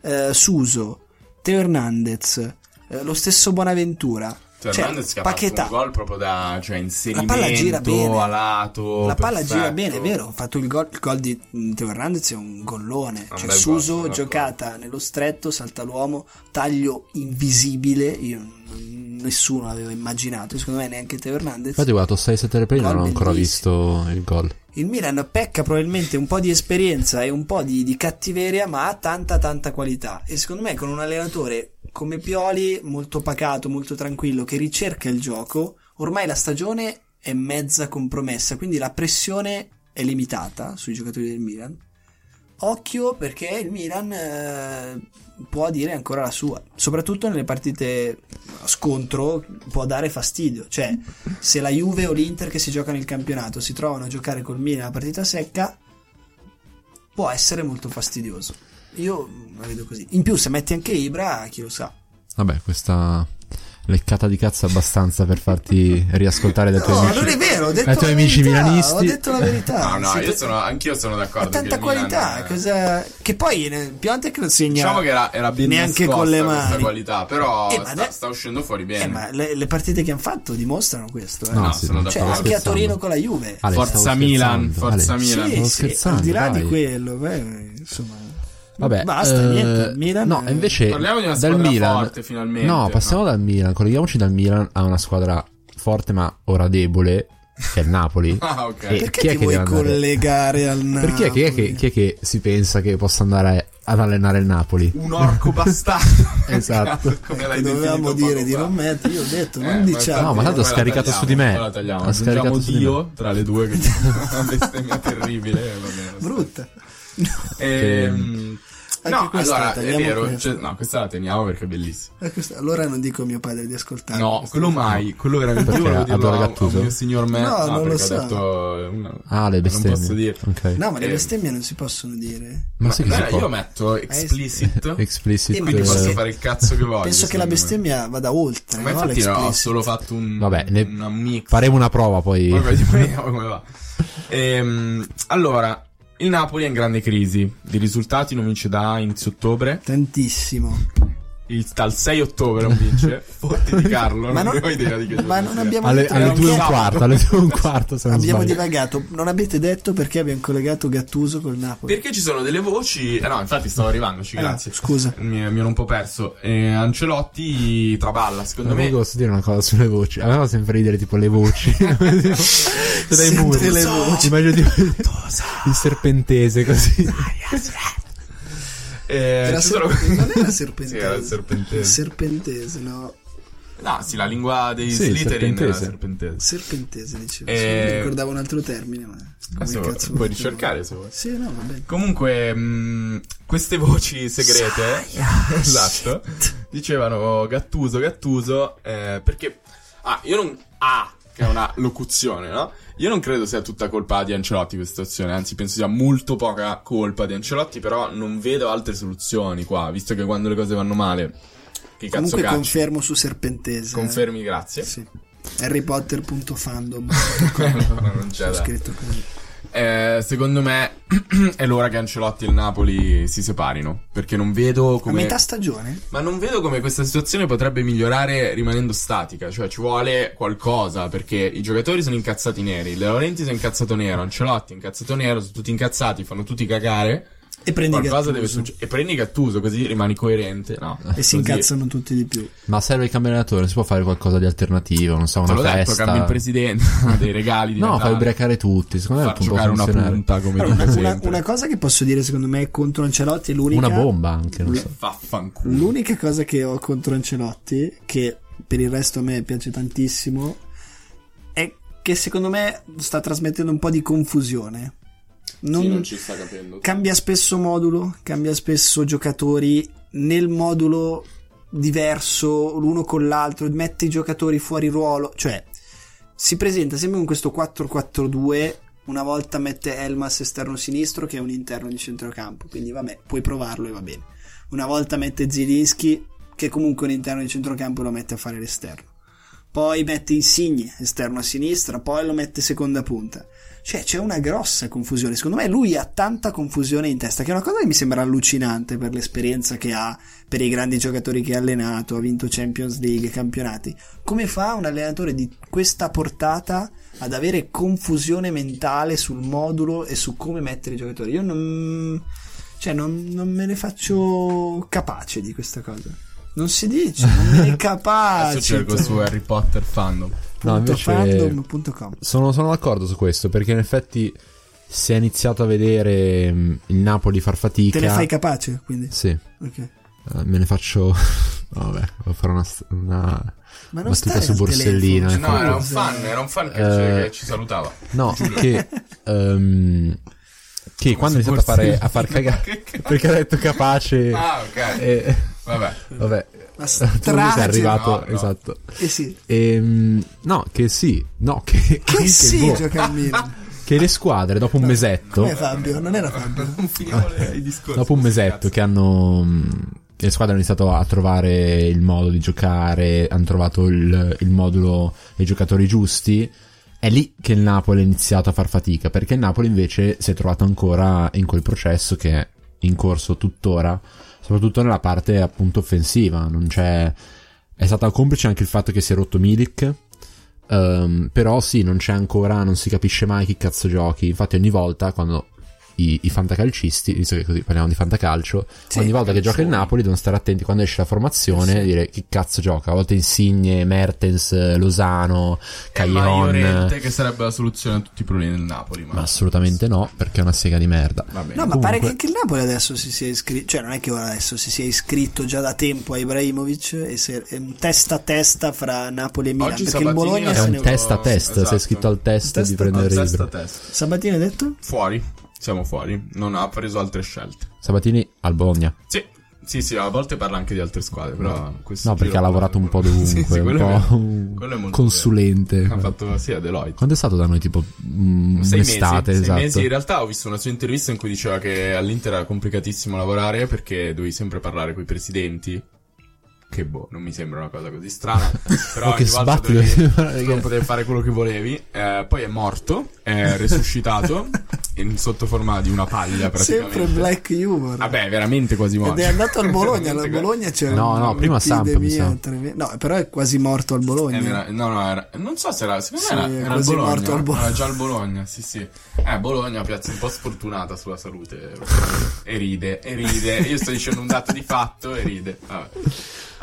Eh, Suso, Teo Hernandez, eh, lo stesso Bonaventura. Cioè, Hernandez che ha fatto Paquetà. un gol proprio da cioè, inserimento La palla gira bene. a lato. La palla perfetto. gira bene, è vero. Ha fatto il gol, il gol di mm, Teo Hernandez è un gollone. Un Cioè, bel Suso gol, d'accordo. giocata nello stretto, salta l'uomo, taglio invisibile. Io, n- nessuno l'aveva immaginato, secondo me neanche Teo Hernandez. Infatti ho guardato 6-7 replay, non gol ho ancora bellissimo. visto il gol. Il Milan pecca probabilmente un po' di esperienza e un po' di, di cattiveria, ma ha tanta tanta qualità. E secondo me con un allenatore come Pioli, molto pacato, molto tranquillo, che ricerca il gioco, ormai la stagione è mezza compromessa, quindi la pressione è limitata sui giocatori del Milan. Occhio perché il Milan eh, può dire ancora la sua, soprattutto nelle partite a scontro può dare fastidio, cioè se la Juve o l'Inter che si giocano il campionato si trovano a giocare col Milan la partita secca può essere molto fastidioso. Io la vedo così. In più se metti anche Ibra, chi lo sa. Vabbè, questa leccata di cazzo è abbastanza per [LAUGHS] farti riascoltare dai tuoi No, amici. non è vero, ho detto Dai tuoi la amici verità, milanisti. Ho detto la verità. [LAUGHS] No, no, Siete- io sono, anch'io sono d'accordo. ha che tanta il Milan qualità, è- cosa- che poi eh, Piontek non segna Diciamo che era, era ben neanche nascosta con le questa mani. qualità, però Eh, ma sta, ne- sta uscendo fuori bene. Eh, ma le, le partite che hanno fatto dimostrano questo. eh. No, No, sì, sono no. cioè, stavo d'accordo. anche a scherzando. Torino con la Juve. Ale, Forza stavo Milan, scherzando. forza Ale, Ah, [LAUGHS] Milan. sì, stavo sì, scherzando, al di là dai. di quello, beh, insomma, Vabbè, basta, eh, niente. il Milan no, è- invece Parliamo di una dal squadra Milan, forte, finalmente, No, passiamo dal Milan, colleghiamoci dal Milan a una squadra forte ma ora debole, che è il [LAUGHS] Napoli. Ah, ok. E- perché chi è che ti vuoi deve andare? collegare al Eh, Napoli? Perché chi è, che, chi è che si pensa che possa andare ad allenare il Napoli? Un orco [LAUGHS] bastardo. Esatto. [LAUGHS] Come Che l'hai Eh, dovevamo definito poco dire di fa. non mettere, io ho detto, [LAUGHS] Eh, non ma diciamo. No, ma tanto poi ha la scaricato tagliamo, su di me. poi La tagliamo. Ha scaricato Aggiungiamo su di Dio tra le due [LAUGHS] che una bestemmia terribile. eh, va bene, lo so. brutta. Ehm, Anche no, questa la allora è tagliamo vero. questa. cioè, no, questa la teniamo perché è bellissima. Eh, questo- Allora non dico a mio padre di ascoltare. No, quello mai, quello veramente Perché io volevo dirlo adora a, a Gattuso? mio signor me. Ah, No, non lo perché so. ho detto eh, una- Ah, le bestemmie. Non posso dire. Ok. No, ma le Eh. bestemmie non si possono dire. Ma sai che si guarda, può? io metto explicit, [LAUGHS] Explicit. Eh, ma quindi eh, posso fare il cazzo che voglio. Penso che la secondo me. bestemmia vada oltre. Ma no, infatti no, ho l'explicit. solo fatto un Vabbè, ne- una mix. faremo una prova poi. Poi [LAUGHS] vediamo [LAUGHS] come va. Ehm, allora, il Napoli è in grande crisi. Di risultati non vince da inizio ottobre. Tantissimo. Il- dal 6 ottobre non [LAUGHS] vince. Fotti di Carlo, Ma non non- avevo idea di che ma giorno non sia. abbiamo Alle, detto alle neanche- due e un quarto, alle due e un quarto se non Abbiamo sbaglio. divagato, non avete detto perché abbiamo collegato Gattuso col Napoli. Perché ci sono delle voci. eh no, infatti stavo arrivandoci, Ah, grazie. scusa. Mi, mi ero un po' perso. Eh, Ancelotti traballa, secondo me. Comunque posso dire una cosa sulle voci. A me fa sempre ridere tipo le voci. [LAUGHS] [LAUGHS] Tipo, dai Sento muri. le voci. Immagino tipo il serpentese così. Eh, Era ci sono- serp- non era Sì, serpentese. era il serpentese. Serpentese, no. [LAUGHS] No, sì, la lingua dei Sì, Slytherin era serpentese. serpentese. Serpentese dicevo. Eh, Sì, mi ricordavo un altro termine, ma. come Adesso cazzo puoi lo chiamo? ricercare se vuoi. Sì, no, vabbè. Comunque, mh, queste voci segrete, [LAUGHS] esatto, dicevano "Oh, Gattuso, Gattuso, eh, perché... Ah, io non... Ah, che è una locuzione, no? Io non credo sia tutta colpa di Ancelotti questa situazione, anzi penso sia molto poca colpa di Ancelotti, però non vedo altre soluzioni qua, visto che quando le cose vanno male... Che cazzo Comunque cacci? confermo su Serpentese. eh. Confermi, grazie. Sì. Harry Potter.fandom. [LAUGHS] No, non c'è Ho da... scritto così. Eh, secondo me [CLEARS THROAT] è l'ora che Ancelotti e il Napoli si separino, perché non vedo A come... metà stagione? Ma non vedo come questa situazione potrebbe migliorare rimanendo statica, cioè ci vuole qualcosa, perché i giocatori sono incazzati neri, De Laurentiis è incazzato nero, Ancelotti è incazzato nero, sono tutti incazzati, fanno tutti cagare, E prendi qualcosa deve Gattuso. succedere. E prendi Gattuso così rimani coerente, no? E si incazzano tutti di più. Ma serve il camminatore, non si può fare qualcosa di alternativo, non so, Te una l'ho detto, festa. cambi il presidente, [LAUGHS] dei regali di no, fai Natale, ubriacare tutti, secondo me far può giocare una funzionare. punta come Allora, dico [LAUGHS] una, una- sempre. una cosa che posso dire secondo me contro Ancelotti è l'unica... Una bomba anche, non so. Vaffanculo. L'unica cosa che ho contro Ancelotti, che per il resto a me piace tantissimo, è che secondo me sta trasmettendo un po' di confusione. Non, sta capendo. cambia spesso modulo, cambia spesso giocatori nel modulo diverso l'uno con l'altro, mette i giocatori fuori ruolo, cioè si presenta sempre con questo 4-4-2, una volta mette Elmas esterno sinistro che è un interno di centrocampo, quindi vabbè, puoi provarlo e va bene. Una volta mette Zilinski che comunque è un interno di centrocampo e lo mette a fare l'esterno. Poi mette Insigne esterno a sinistra, poi lo mette seconda punta. Cioè, c'è una grossa confusione. Secondo me lui ha tanta confusione in testa, che è una cosa che mi sembra allucinante per l'esperienza che ha, per i grandi giocatori che ha allenato, ha vinto Champions League, campionati. Come fa un allenatore di questa portata ad avere confusione mentale sul modulo e su come mettere i giocatori? Io non. Cioè, non, non me ne faccio capace di questa cosa. Non si dice, non me ne capace. cioè. Adesso certo. cerco su Harry Potter fandom. No, invece- Fandom.com. Sono, sono d'accordo su questo, perché in effetti si è iniziato a vedere mh, il Napoli far fatica. Te ne fai capace, quindi. Sì, eh, Ok. me ne faccio... [LAUGHS] Vabbè, devo fare una... st- una... Ma Battuta stai su al Borsellino, telefono. No, Ecco. era un fan, era un fan che, Eh. che ci salutava. No, [LAUGHS] che... ehm, che quando ho iniziato a fare a far [LAUGHS] cagare... perché ha detto capace... Ah, ok. e- Vabbè. [LAUGHS] vabbè, Ma tu non mi sei strage. arrivato, No, no. esatto. Eh sì. Ehm, no, che sì, no, che, che, Che sì, boh, gioca al [LAUGHS] Milan. che le squadre dopo un mesetto, Non è Fabio, non era Fabio. [LAUGHS] Non finiamo le- i discorsi. dopo un mesetto che hanno mh, che le squadre hanno iniziato a trovare il modo di giocare, hanno trovato il, il modulo e i giocatori giusti, è lì che il Napoli ha iniziato a far fatica, perché il Napoli invece si è trovato ancora in quel processo che è in corso tuttora, soprattutto nella parte appunto offensiva, non c'è è stata complice anche il fatto che si è rotto Milik. ehm, però sì, non c'è ancora, non si capisce mai chi cazzo giochi. Infatti, ogni volta quando i, i fantacalcisti, visto che così parliamo di fantacalcio, Sì, ogni volta che gioca il canzoni. Napoli devono stare attenti quando esce la formazione e dire chi cazzo gioca. A volte Insigne, Mertens, Losano, Eh, ma Caglion. Llorente, che sarebbe la soluzione a tutti i problemi del Napoli, ma, Ma assolutamente no, perché è una sega di merda. va bene. No, ma Comunque- pare che anche il Napoli adesso si sia iscritto. Cioè, non è che ora adesso si sia iscritto già da tempo a Ibrahimovic. E se- è un testa a testa fra Napoli e Milan. Oggi perché il Sabatini Bologna È se ne un Esatto. va. test a test, Esatto. sei scritto al test Test di a prendere il libro. testa a testa. Sabatini ha detto? Fuori. Siamo fuori. Non ha preso altre scelte. Sabatini al Bologna. Sì. Sì, sì, a volte parla anche di altre squadre, però questo No, perché giro- ha lavorato un po' dovunque, [LAUGHS] Sì, sì, un quello è po' vero. un Quello è molto consulente. vero. Ha fatto sì a Deloitte. Quando è stato da noi? Tipo mm, sei mesi, un'estate, sei esatto. mesi. In realtà ho visto una sua intervista in cui diceva che all'Inter era complicatissimo lavorare perché dovevi sempre parlare coi presidenti. Che boh, non mi sembra una cosa così strana. Però Oh, che ogni volta sbatti, dovevi- ragazzi. non potevi fare quello che volevi. Eh, poi è morto, è resuscitato in, sotto forma di una paglia praticamente. Sempre Black Humor. Vabbè, veramente quasi morto. Ed è andato [LAUGHS] al Bologna. al Veramente Bologna c'era No, no, prima a Samp, mi un'epidemia sa. tremenda. No, però è quasi morto al Eh, Bologna. era- no, no, era- non so se era. Secondo Sì, me era, era il quasi Bologna. morto al Bologna. Era già il Bologna, sì, sì. Eh, Bologna, piazza un po' sfortunata sulla salute. e ride, e ride. Io sto dicendo un dato di fatto e ride. Vabbè.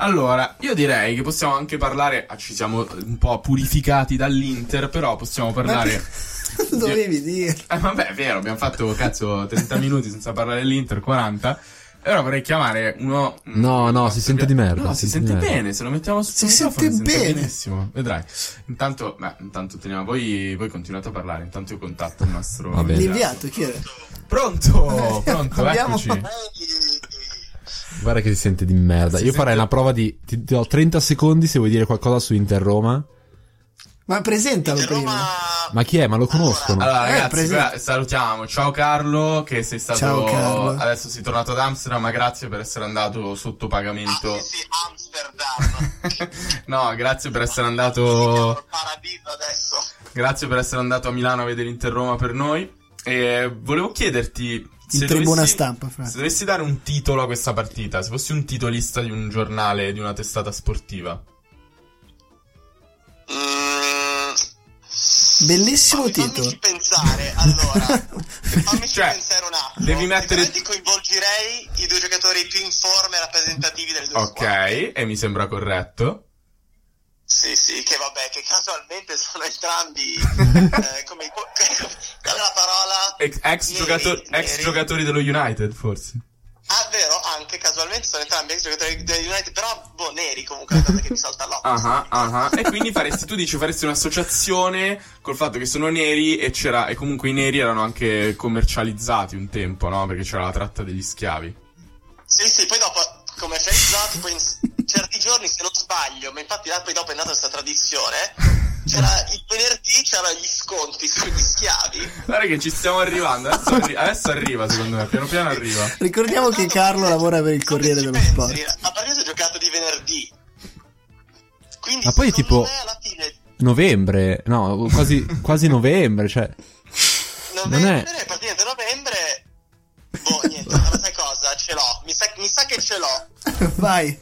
Allora, io direi che possiamo anche parlare. ah, Ci siamo un po' purificati dall'Inter, però possiamo parlare. [LAUGHS] Dovevi dire. Eh, vabbè, è vero, abbiamo fatto cazzo 30 minuti senza parlare dell'Inter, 40. E ora vorrei chiamare uno. No, no, si sente di merda, No, si si, sente sente di merda. bene. Se lo mettiamo su Si microfono sente si bene. benissimo. Vedrai. Intanto, beh, intanto teniamo. Voi, voi continuate a parlare. Intanto io contatto il nostro. Va bene. L'inviato, chi era? [LAUGHS] Pronto, pronto, Abbiamo- eccoci. Guarda che si sente di merda. Si Io farei sente- una prova di. Ti do 30 secondi se vuoi dire qualcosa su Inter Roma. Ma presentalo prima. Roma Ma chi è? Ma lo conoscono. Allora, Eh, ragazzi, presente. beh, salutiamo. Ciao Carlo, che sei stato. Ciao, Carlo. Adesso sei tornato ad Amsterdam, ma grazie per essere andato sotto pagamento. [LAUGHS] Ah, sì, sì, Amsterdam. no, grazie per essere andato. Il paradiso adesso. Grazie per essere andato a Milano a vedere Inter Roma per noi. E volevo chiederti. In Se tribuna dovessi, stampa, fra. se dovessi dare un titolo a questa partita, se fossi un titolista di un giornale, di una testata sportiva, Mm, Bellissimo fammi- titolo. Fammici pensare, allora. fammici Cioè, pensare un attimo. devi mettere- Sicuramente coinvolgerei i due giocatori più in forma e rappresentativi delle due squadre. ok, e mi sembra corretto. Sì, sì, che vabbè, che casualmente sono [LAUGHS] entrambi eh, come... i po- [LAUGHS] Dalla la parola... Ex, ex neri, giocatori- ex neri. giocatori dello United, forse. Ah, vero, anche casualmente sono entrambi ex giocatori del United, però boh, neri comunque è una cosa che mi salta all'occhio. Ah, ah, ah. E quindi faresti, tu dici, faresti un'associazione col fatto che sono neri e c'era, e comunque i neri erano anche commercializzati un tempo, no? Perché c'era la tratta degli schiavi. Sì, sì, poi dopo, come Felizzato, [LAUGHS] poi in certi giorni, se non sbaglio, ma infatti là poi dopo è nata questa tradizione, [LAUGHS] c'era il venerdì c'erano gli sconti sugli schiavi. Guarda che ci stiamo arrivando, adesso, arri- adesso arriva secondo me, piano piano arriva. [LAUGHS] Ricordiamo che Carlo lavora per il Corriere dello Sport. A partire ho giocato di venerdì. Quindi, Ma poi, tipo- secondo me, alla fine, Novembre, no, quasi, quasi novembre, cioè. novembre, praticamente novembre... Boh, niente, ma sai cosa? Ce l'ho. Mi sa, mi sa che ce l'ho. [LAUGHS] [LAUGHS] Vai.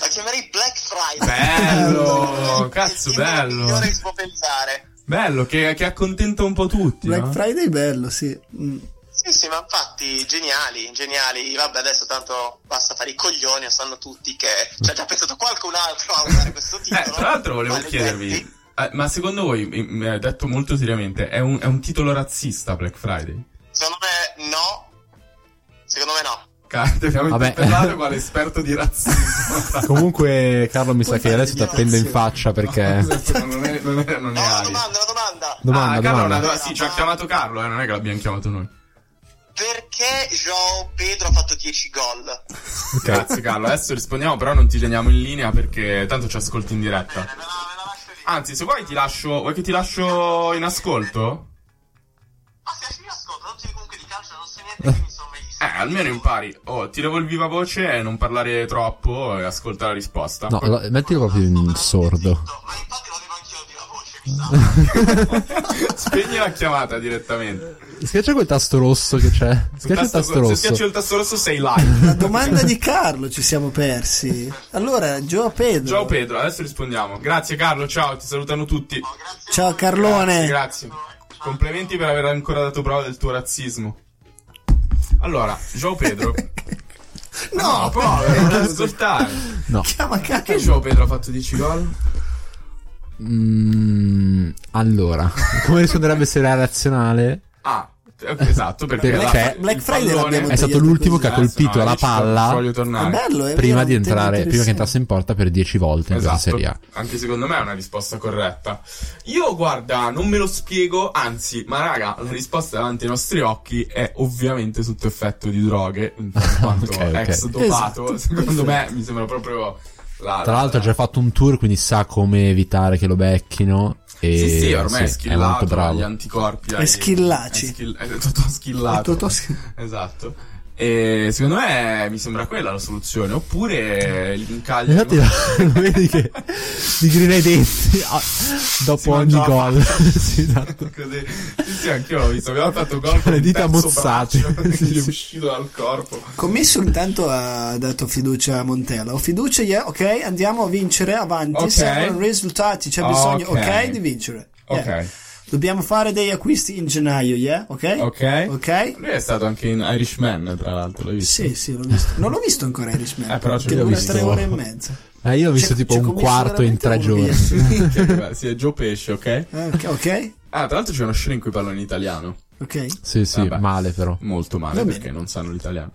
La chiamerei Black Friday. Bello, [LAUGHS] Il cazzo, titolo bello. migliore che si può pensare. Bello, che, che accontenta un po' tutti, Black no? Friday bello, sì. Mm. Sì, sì, ma infatti geniali, geniali. Vabbè, adesso tanto basta fare i coglioni, sanno tutti che ci ha già pensato qualcun altro a usare questo titolo. Eh, tra l'altro volevo Maledetti. chiedervi, eh, ma secondo voi, m- m- detto molto seriamente, è un, è un titolo razzista Black Friday? Secondo me no. Secondo me no. Cazzo, [LAUGHS] ti abbiamo Vabbè. interpellato quale esperto [LAUGHS] di razzismo. Comunque, Carlo, mi sa Puoi che fare adesso ti degli appendo in faccia [LAUGHS] orazio. Ah, perché. non è, non è, non è No, una ali. domanda, una domanda. Domanda, ah, Carlo, domanda. una domanda. sì, ci ha chiamato Carlo, eh, non è che l'abbiamo chiamato [LAUGHS] noi. Perché Joao Pedro ha fatto 10 gol? Grazie Carlo, adesso rispondiamo, però non ti teniamo in linea perché tanto ci ascolti in diretta. Anzi, se vuoi ti lascio, vuoi che ti lascio in ascolto? Ah, sì, sì, io ascolto, non si comunque di calcio, non so niente, quindi insomma... gli Eh, almeno impari. Oh, ti levo il viva voce e non parlare troppo e ascolta la risposta. No, allora, mettilo proprio in sordo. No, Ma infatti lo devo anch'io di la voce, mi sa. [LAUGHS] Spegni la chiamata direttamente. Schiaccia quel tasto rosso che c'è. Schiaccia il tasto Se schiacci rosso. il tasto rosso sei live. [LAUGHS] [LAUGHS] La domanda di Carlo ci siamo persi. Allora, Gio Pedro. Ciao Pedro, adesso rispondiamo. Grazie Carlo, ciao, ti salutano tutti. Ciao Carlone. Grazie. Complimenti per aver ancora dato prova del tuo razzismo. Allora, Joao Pedro. [LAUGHS] No, povero, [LAUGHS] non ascoltare. chiama Che Carlo. Joao Pedro ha fatto 10 gol? Mm, allora, come risponderebbe se era razionale? Ah, ok, esatto, perché Perché la- Black il Friday pallone- l'abbiamo È stato tagliato l'ultimo così. che ha colpito no, la io ci voglio- palla ci voglio È tornare. bello, è prima vero, di un tema entrare, prima che entrasse in porta per 10 volte in questa Esatto. Serie A. Anche secondo me è una risposta corretta. Io, guarda, non me lo spiego, anzi, ma raga, la risposta davanti ai nostri occhi è ovviamente sotto effetto di droghe, [LAUGHS] in quanto Ok, ok. ex dopato. Esatto. Secondo me mi sembra proprio la Tra la- l'altro ha già fatto un tour, quindi sa come evitare che lo becchino. E Sì, sì, ormai è sì, è molto schillato, ha gli bravo. anticorpi. È hai- schillaci. È, schill- è tutto schillato. È tutto schi- Esatto. E secondo me mi sembra quella la soluzione. Oppure l'incaglio... Infatti [LAUGHS] lo vedi che gli grida i denti ah, dopo Si ogni mangia la gol. [LAUGHS] sì, esatto. [LAUGHS] Così. Sì, sì, anch'io l'ho visto. Abbiamo fatto gol Con [LAUGHS] con le il dita terzo mozzate. braccio che [LAUGHS] Sì, gli è sì. uscito dal corpo. Commesso intanto eh, ha dato fiducia a Montella. Ho fiducia, yeah, ok, andiamo a vincere avanti. Ok. Servono risultati, c'è bisogno, ok, Ok. di vincere. Ok. Yeah. Dobbiamo fare dei acquisti in gennaio, yeah? ok? Ok. Ok? Lui è stato anche in Irishman, tra l'altro, l'hai visto? Sì, sì, l'ho visto. Non l'ho visto ancora Irishman. Eh, però ce che l'ho dura visto. tre ore e mezza. Eh, io ho visto C'è- tipo c'è un commesso quarto in tre veramente giorni. un [LAUGHS] Che- sì, è Joe Pesce, ok? Eh, ok, ok? Ah, tra l'altro c'è una scena in cui parla in italiano. ok? Sì, sì, Vabbè. male però. Molto male Va bene. perché non sanno l'italiano.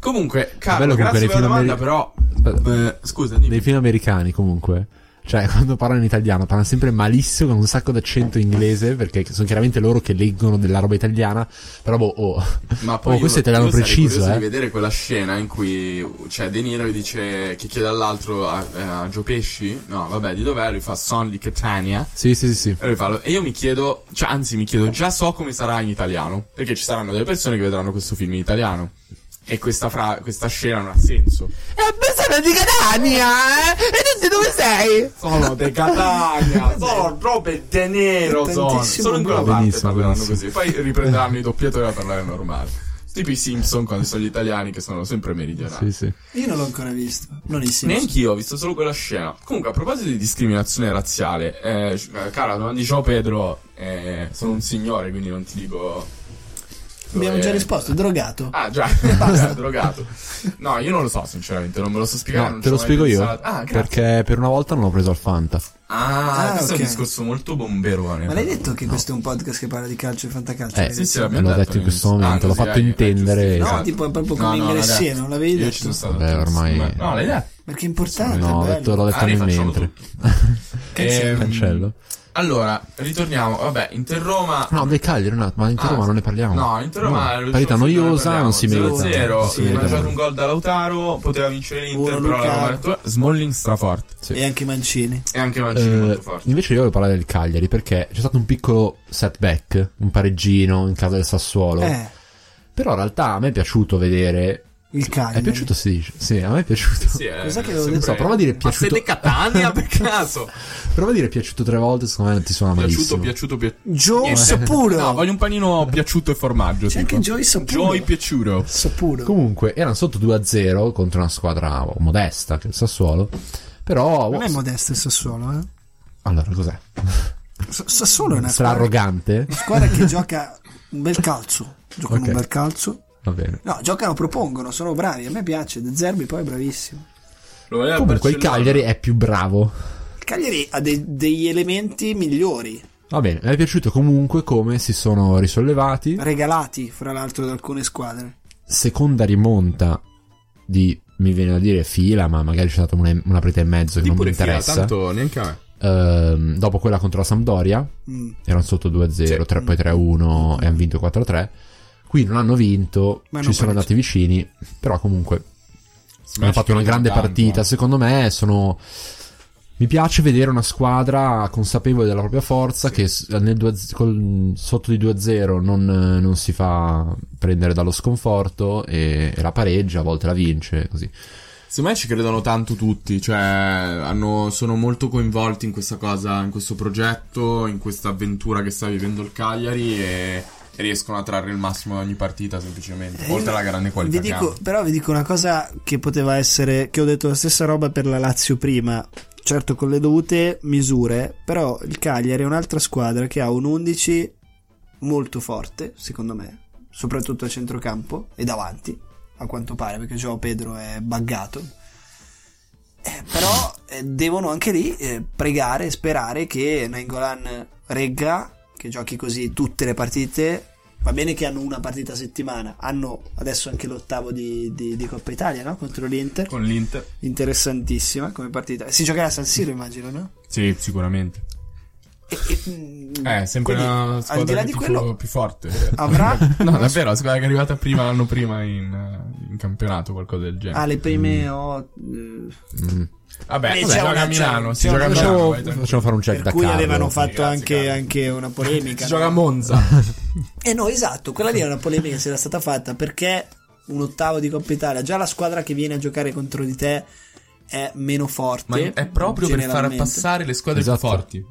Comunque, Carlo, bello comunque grazie nei film per la domanda, Aspetta. però... eh, scusa, dimmi. Nei film americani comunque. Cioè, [LAUGHS] quando parlano in italiano parlano sempre malissimo con un sacco d'accento inglese, perché sono chiaramente loro che leggono della roba italiana. Però boh, oh. Ma poi Oh, questo io- è italiano io sarei preciso, curioso eh. di vedere quella scena in cui c'è De Niro che dice che chiede all'altro a, eh, a Joe Pesci, no, vabbè, di dov'è? Lui fa Son di Catania. Sì, sì, sì, sì. E lui fa- e io mi chiedo, cioè anzi mi chiedo, già so come sarà in italiano, perché ci saranno delle persone che vedranno questo film in italiano. E questa, fra- questa scena non ha senso. E [LAUGHS] sono di Catania, eh? E tu di dove sei? Sono di Catania, sono proprio De Nero, sono. Tantissimo Solo in quella bravo. parte Benissimo, parleranno benissimo. così. Poi riprenderanno i doppiatori a parlare normale. Tipo i Simpson quando sono gli italiani che sono sempre meridionali. Sì, sì. Io non l'ho ancora visto. Non in senso. Neanch'io, ho visto solo quella scena. Comunque, a proposito di discriminazione razziale, eh, c- cara, non dicevo Pedro, eh, sono un signore, quindi non ti dico. Abbiamo dove- già risposto, drogato. Eh. Ah, [LAUGHS] già, drogato. No, io non lo so, sinceramente, non me lo so spiegare. No, non te ci lo ho mai spiego io. pensato. Ah, grazie. perché per una volta non l'ho preso al Fanta. Ah, Ah, questo è un ok. discorso molto bomberone. Ma l'hai detto che questo è un podcast che parla di calcio e fantacalcio? Eh, l'hai Sì, sì, detto? l'abbiamo L'ho detto detto in questo all'inizio. momento, Ah, l'ho così, fatto hai- hai intendere, giustificato. esatto. No, tipo, proprio No, come no, inglese, ragazzi, non l'avevi Io detto? ci sono stato. Vabbè, ormai- Ma- No, l'hai detto. Perché è importante. no, ho è bello. detto- l'ho detto Ah, nel rifacciamo mentre. Eh, Ehm, Cancello. Allora, ritorniamo. Vabbè, Inter Roma No, dei Cagliari, un attimo, ma in Roma Ah, non ne parliamo. No, Inter Roma No, parità noiosa, non si merita. 0 Non si merita 0 mangiato proprio. un gol da Lautaro, poteva vincere l'Inter, Uno però la Lukaku. Roma attua- Smalling straforte Sì. E anche Mancini. e anche Mancini Eh, molto forte. invece io voglio parlare del Cagliari perché c'è stato un piccolo setback, un pareggino in casa del Sassuolo. Eh, Però in realtà a me è piaciuto vedere. il Cagliari. È piaciuto si dice. Sì, a me è piaciuto. [LAUGHS] Sì, eh, cos'è che avevo sempre- detto? So, prova a dire Ma piaciuto- siete Catania [LAUGHS] per caso? Prova a dire piaciuto tre volte, secondo me non ti suona piaciuto, malissimo. piaciuto, piaciuto. Joe Eh. Niente. Sapuro. No, voglio un panino piaciuto e formaggio. C'è anche tipo. Joey Sapuro. Joy piaciuto. Sapuro. Comunque, erano sotto 2-0 contro una squadra modesta, che è il Sassuolo. Però. Non è modesto il Sassuolo, eh? allora, cos'è? S- Sassuolo è una Sarà squadra, arrogante? una squadra che gioca un bel calcio. Giocano Ok. un bel calcio. Va [LAUGHS] bene. No, giocano, propongono, sono bravi. A me piace. De Zerbi poi è bravissimo. Lo voleva Comunque, il Barcellona. Cagliari è più bravo. Il Cagliari ha dei- degli elementi migliori, Va bene, mi è piaciuto comunque come si sono risollevati. regalati fra l'altro da alcune squadre. Seconda rimonta di. Mi viene da dire fila, ma magari c'è stata una, una preta e mezzo che Di non mi pure fila, interessa. tanto neanche a me. Ehm, dopo quella contro la Sampdoria, Mm. erano sotto 2-0, 3 poi 3-1 e hanno vinto 4-3. Qui non hanno vinto, Ma ci non sono pareggia. andati vicini, però comunque hanno fatto una grande Tanto, partita. eh. Secondo me sono... Mi piace vedere una squadra consapevole della propria forza che s- nel 2 col- sotto di 2-0 non, eh, non si fa prendere dallo sconforto e, e la pareggia, a volte la vince, così. Secondo me ci credono tanto tutti, cioè hanno- sono molto coinvolti in questa cosa, in questo progetto, in questa avventura che sta vivendo il Cagliari e, e riescono a trarre il massimo da ogni partita semplicemente, Eh, oltre alla grande qualità. vi che dico, hanno. però vi dico una cosa che poteva essere che ho detto la stessa roba per la Lazio prima certo con le dovute misure però il Cagliari è un'altra squadra che ha un 11 molto forte secondo me soprattutto a centrocampo e davanti a quanto pare perché Joao Pedro è buggato Eh, però eh, devono anche lì eh, pregare e sperare che Nainggolan regga che giochi così tutte le partite Va bene che hanno una partita a settimana, hanno adesso anche l'ottavo di, di- di Coppa Italia, no? Contro l'Inter. Con l'Inter? Interessantissima come partita. Si giocherà a San Siro, immagino, no? Sì, sicuramente. E, e, mm, Eh, sempre quindi, una al di squadra là che di tifo quello, Ah, più [LAUGHS] forte. [LAUGHS] avrà no, davvero, la squadra che è arrivata prima l'anno prima in, in campionato, qualcosa del genere. ha Ah, le Mm. prime o- eh, Mm. Vabbè, Eh, si c'è gioca una- a Milano, c'è- si c'è gioca a una- Milano. Facciamo, vai, tranquillo. facciamo fare un check per Cioè, da cui Carlo. avevano fatto Grazie, anche, Carlo. anche una polemica. Si gioca a no? Monza. Eh no, esatto, quella lì era una polemica che si era stata fatta perché un ottavo di Coppa Italia, già la squadra che viene a giocare contro di te è meno forte. [LAUGHS] Ma è proprio per far generalmente. passare le squadre Esatto. più forti.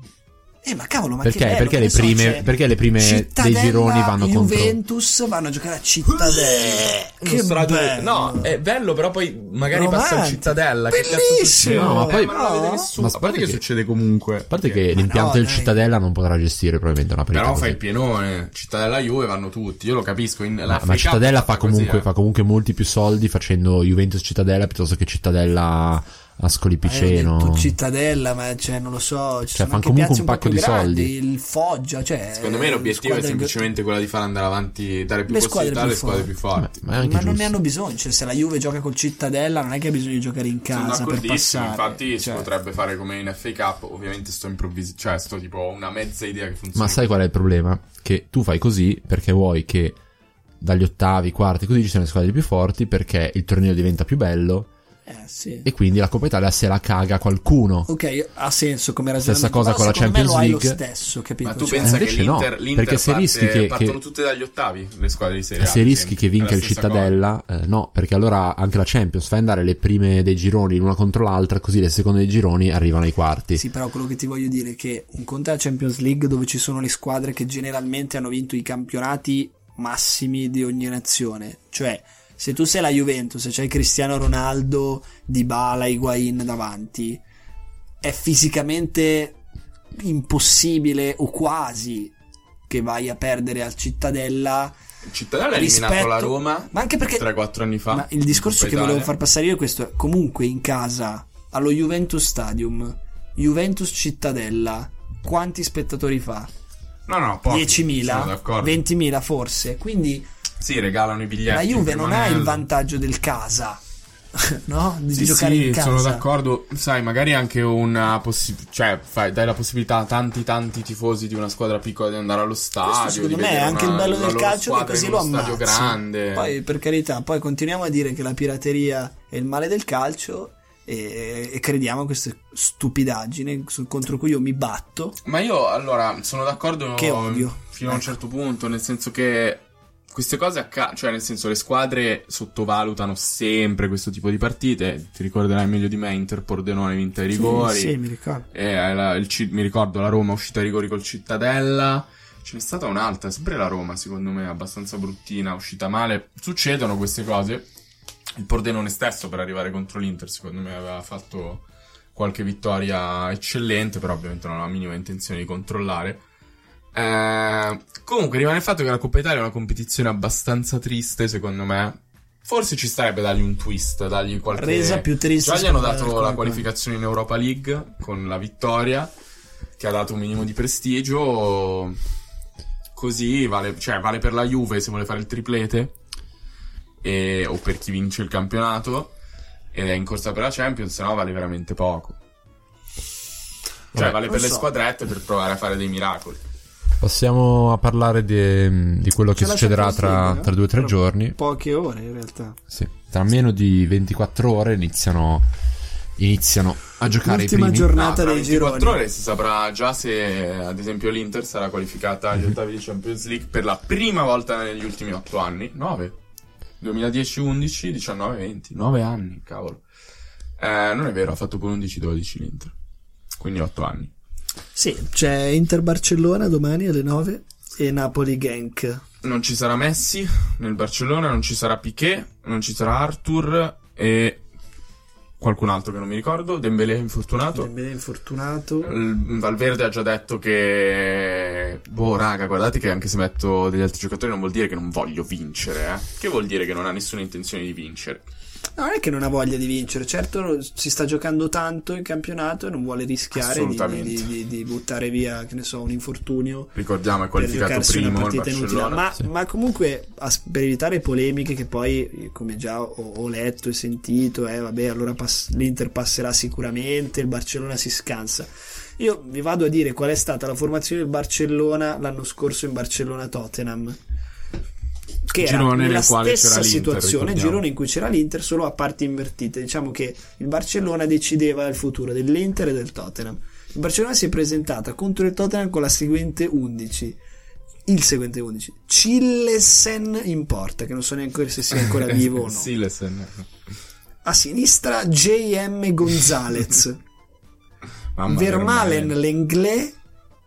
Eh, ma cavolo, ma che Perché, bello, perché, che le ne so, prime, c'è- perché le prime dei Cittadella, gironi vanno contro Juventus vanno a giocare a Cittadella. che Uno strade- bello. Eh, No, Eh, è bello, però poi magari passa Romantico. il Cittadella. Che cazzo succede? Bellissimo. No, ma poi- Eh, non la vede No. nessuno. Ma A parte che perché? succede comunque. Cioè, A parte che l'impianto Eh, no, del dai. Cittadella non potrà gestire probabilmente una partita Però così. fai il pienone. Cittadella Juve vanno tutti. Io lo capisco. In, Ma, ma eh. Cittadella fa comunque, fa comunque molti più soldi facendo Juventus Cittadella piuttosto che Cittadella eh, Ascoli Eh, ho Piceno. detto cittadella, ma cioè, non lo so. Ci Cioè, sono fan anche comunque piazze un po' pacco più di grandi, soldi. Il Foggia, cioè. Secondo me l'obiettivo è squadre- semplicemente quello di far andare avanti, dare più Le squadre possibilità alle più squadre più forti. Ma è anche ma non giusto. ne hanno bisogno, cioè se la Juve gioca col Cittadella non è che ha bisogno di giocare in Sono casa per d'accordissimo, passare. infatti si cioè. potrebbe fare come in FA Cup, ovviamente sto improvvisando, cioè sto tipo ho una mezza idea che funziona. Ma sai qual è il problema? Che tu fai così perché vuoi che dagli ottavi, quarti, così ci siano le squadre più forti perché il torneo diventa più bello Eh, sì. e quindi la Coppa Italia se la caga qualcuno. Eh, Ok, ha senso come ragionamento. Stessa cosa però con la secondo me Champions lo hai League. lo stesso, capito? Ma tu Cioè, pensa che invece no, l'Inter, l'Inter perché se parte- rischi che- partono che- tutte dagli ottavi le squadre di Serie A. E se rischi sempre. che vinca È il la stessa cosa. Cittadella, eh, no, perché allora anche la Champions fai andare le prime dei gironi l'una contro l'altra, così le seconde dei gironi arrivano ai quarti. Sì, però quello che ti voglio dire è che un conto è la Champions League dove ci sono le squadre che generalmente hanno vinto i campionati massimi di ogni nazione. Cioè, se tu sei la Juventus, e c'hai Cristiano Ronaldo, Dybala, Higuain davanti, è fisicamente impossibile o quasi che vai a perdere al Cittadella. Il Cittadella ha eliminato rispetto- la Roma Ma anche perché 3-4 anni fa. ma il discorso Coppa che volevo Italia. far passare io è questo: comunque in casa, allo Juventus Stadium, Juventus Cittadella, quanti spettatori fa? No, no, pochi. Sono 10.000, d'accordo. 20.000 forse. Quindi Sì, regalano i biglietti. la Juve per non ha il Manello. vantaggio del casa, [LAUGHS] no? Di Sì, giocare sì, in casa. sono d'accordo. Sai, magari anche una possibilità. Cioè, fai- dai la possibilità a tanti, tanti tifosi di una squadra piccola di andare allo stadio. Questo di secondo me è vedere anche una- il bello la del loro calcio che squadra così in lo uno ammazzi. stadio grande. Poi per carità, poi continuiamo a dire che la pirateria è il male del calcio e, e crediamo a queste stupidaggini su- contro cui io mi batto. Ma io allora sono d'accordo Che Ecco. odio. fino a un certo punto, nel senso che queste cose accadono, cioè nel senso le squadre sottovalutano sempre questo tipo di partite, ti ricorderai meglio di me Inter Pordenone vinta ai rigori, Sì, sì, mi ricordo. e Eh, la- il Ci- mi ricordo la Roma uscita ai rigori col Cittadella, ce n'è stata un'altra, sempre la Roma secondo me abbastanza bruttina, uscita male, succedono queste cose, il Pordenone stesso per arrivare contro l'Inter secondo me aveva fatto qualche vittoria eccellente, però ovviamente non ho la minima intenzione di controllare. Eh, comunque rimane il fatto che la Coppa Italia è una competizione abbastanza triste, secondo me. Forse ci starebbe dargli un twist, dargli qualche... Resa più triste. Già gli hanno secondo me, dato del la Conte. qualificazione in Europa League con la vittoria, che ha dato un minimo di prestigio. Così vale, cioè, vale per la Juve se vuole fare il triplete, e- o per chi vince il campionato ed è in corsa per la Champions, se no vale veramente poco. Cioè, Vabbè, vale non per le so. squadrette per provare a fare dei miracoli. Passiamo a parlare di, di quello che C'è la succederà Champions tra, League, no? tra due o tre Tra giorni. Poche ore in realtà. Sì. Tra meno di 24 ore iniziano, iniziano a giocare L'ultima i primi. giornata Ah, tra dei 24 gironi. ore si saprà già se, ad esempio, l'Inter sarà qualificata agli ottavi di Champions League per la prima volta negli ultimi 8 anni. 9. 2010-11, 19-20. 9 anni, cavolo. Eh, non è vero, ha fatto pure 11-12 l'Inter. Quindi 8 anni. Sì, c'è Inter Barcellona domani alle 9 e Napoli Genk. Non ci sarà Messi nel Barcellona, non ci sarà Piquet, non ci sarà Arthur e qualcun altro che non mi ricordo. Dembélé è infortunato. Dembélé infortunato. Il- Valverde ha già detto che boh raga guardate che anche se metto degli altri giocatori non vuol dire che non voglio vincere eh. che vuol dire che non ha nessuna intenzione di vincere No, non è che non ha voglia di vincere, certo si sta giocando tanto in campionato e non vuole rischiare di, Assolutamente. di- di- di buttare via, che ne so, un infortunio. ricordiamo è Per qualificato giocarsi una primo il partita inutile, Barcellona ma, ma comunque as- per evitare polemiche che poi, eh, come già ho, ho letto e sentito, eh, vabbè, allora pass- l'Inter passerà sicuramente, il Barcellona si scansa. Io vi vado a dire qual è stata la formazione del Barcellona l'anno scorso in Barcellona-Tottenham. Che era Girone nel la quale stessa c'era l'Inter, situazione, ricordiamo. girone in cui c'era l'Inter, solo a parti invertite. Diciamo che il Barcellona decideva il futuro dell'Inter e del Tottenham. Il Barcellona si è presentata contro il Tottenham con la seguente 11. Il seguente 11. Cillesen in porta, che non so neanche se sia [LAUGHS] ancora vivo [LAUGHS] o no. Silesen A sinistra JM Gonzalez. Mamma, Vermalen, Ah, Vermaelen. Lenglet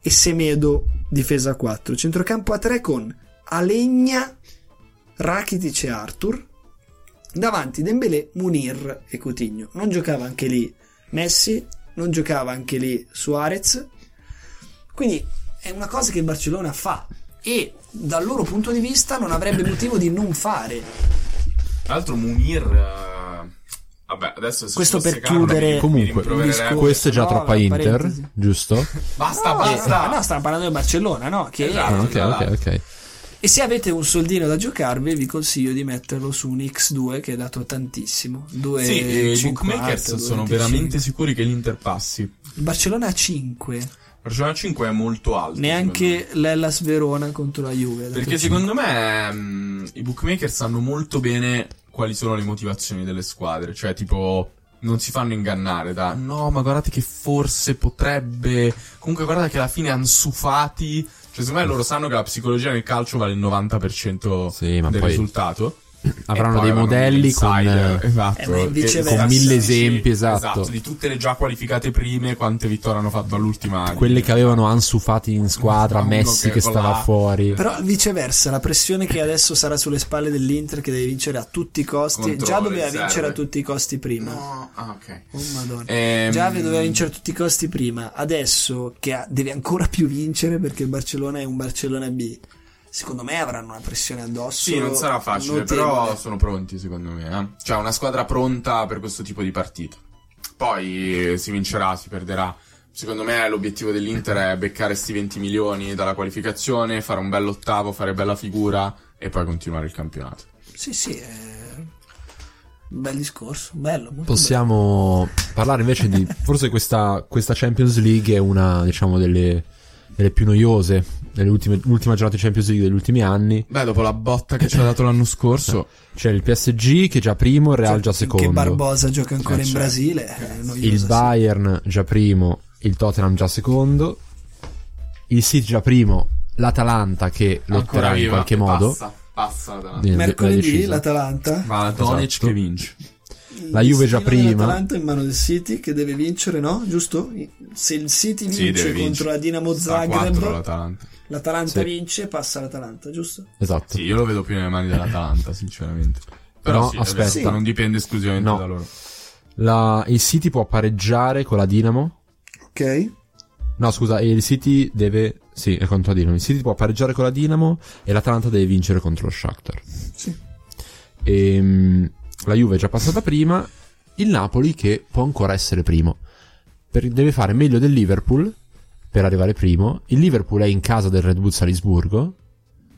e Semedo difesa a 4. Centrocampo a 3 con Alegna, Rakitic e Arthur. Davanti Dembélé, Munir e Coutinho. Non giocava anche lì Messi, non giocava anche lì Suarez. Quindi è una cosa che il Barcellona fa e dal loro punto di vista non avrebbe motivo di non fare. tra l'altro Munir eh, ha Vabbè, adesso se Questo ci fosse per Carlo, chiudere mi Comunque, rimprovererebbe. il Questo è già No, troppa vabbè, Inter, parentesi. giusto? Basta, No, basta. eh, no, stavamo parlando del Barcellona, no? Che- Esatto. Ah, ok, ok, ok. E se avete un soldino da giocarvi, vi consiglio di metterlo su un X2 che è dato tantissimo. Due Sì, eh, i 50, bookmakers due sono 25. veramente sicuri che l'Inter passi. Il Barcellona a 5, Barcellona 5 è molto alto. secondo neanche l'Ellas Verona contro la Juve. ha me. dato Perché 5. secondo me mh, i bookmaker sanno molto bene quali sono le motivazioni delle squadre. Cioè, tipo, non si fanno ingannare da no, ma guardate che forse potrebbe. Comunque, guardate che alla fine hanno sufati. Cioè, secondo me loro sanno che la psicologia nel calcio vale il 90% Sì, ma del poi risultato. Avranno E poi dei modelli degli insider, con... esatto, Eh, ma che- viceversa. con mille sì, esempi, esatto. di tutte le già qualificate prime, quante vittorie hanno fatto all'ultima. Quelle eh, che avevano Ansufati in squadra, Uno che Messi che con stava la- fuori. Però viceversa, la pressione che adesso sarà sulle spalle dell'Inter che deve vincere a tutti i costi, Contro già le doveva serve. vincere a tutti i costi prima. No, ah, ok. Oh madonna. Ehm, Già doveva vincere a tutti i costi prima, adesso che ha- deve ancora più vincere perché il Barcellona è un Barcellona B. Secondo me avranno una pressione addosso. Sì, non sarà facile, notevole. però sono pronti secondo me. Eh? Cioè, una squadra pronta per questo tipo di partita. Poi eh, si vincerà, si perderà. Secondo me l'obiettivo dell'Inter è beccare sti 20 milioni dalla qualificazione, fare un bell'ottavo, fare bella figura e poi continuare il campionato. Sì, sì, è un bel discorso, bello. molto Possiamo parlare invece di. Forse questa, questa Champions League è una, diciamo, delle, delle più noiose. Delle ultime, l'ultima giornata di Champions League degli ultimi anni. Beh, dopo la botta che ci ha dato l'anno scorso, C'è il PSG che è già primo, il bello. Real già Cioè, secondo. certo. Che Barbosa gioca ancora Eh, in cioè. Brasile. è noioso, il sì. Bayern già primo, il Tottenham già secondo. Il City già primo, l'Atalanta che ancora lotterà in viva, qualche modo. Passa, passa da Di- l'ha Mercoledì deciso. l'Atalanta. Ma Donic Esatto. che vince. La Juve già Il destino prima. dell'Atalanta è in mano del City che deve vincere, no? Giusto? Se il City Sì, vince deve contro vincere. la Dinamo Sta a quattro Zagreb, l'Atalanta. l'Atalanta Sì. vince, passa l'Atalanta, giusto? Esatto. Sì, io lo vedo più nelle mani dell'Atalanta, sinceramente. Però No, sì, adesso aspetta. non dipende esclusivamente No. da loro. La- il City può pareggiare con la Dinamo. Ok. No, scusa, il City deve. Sì, è contro la Dinamo. Il City può pareggiare con la Dinamo e l'Atalanta deve vincere contro lo Shakhtar. Sì. Ehm, la Juve è già passata prima. Il Napoli che può ancora essere primo. Per- deve fare meglio del Liverpool per arrivare primo. Il Liverpool è in casa del Red Bull Salisburgo.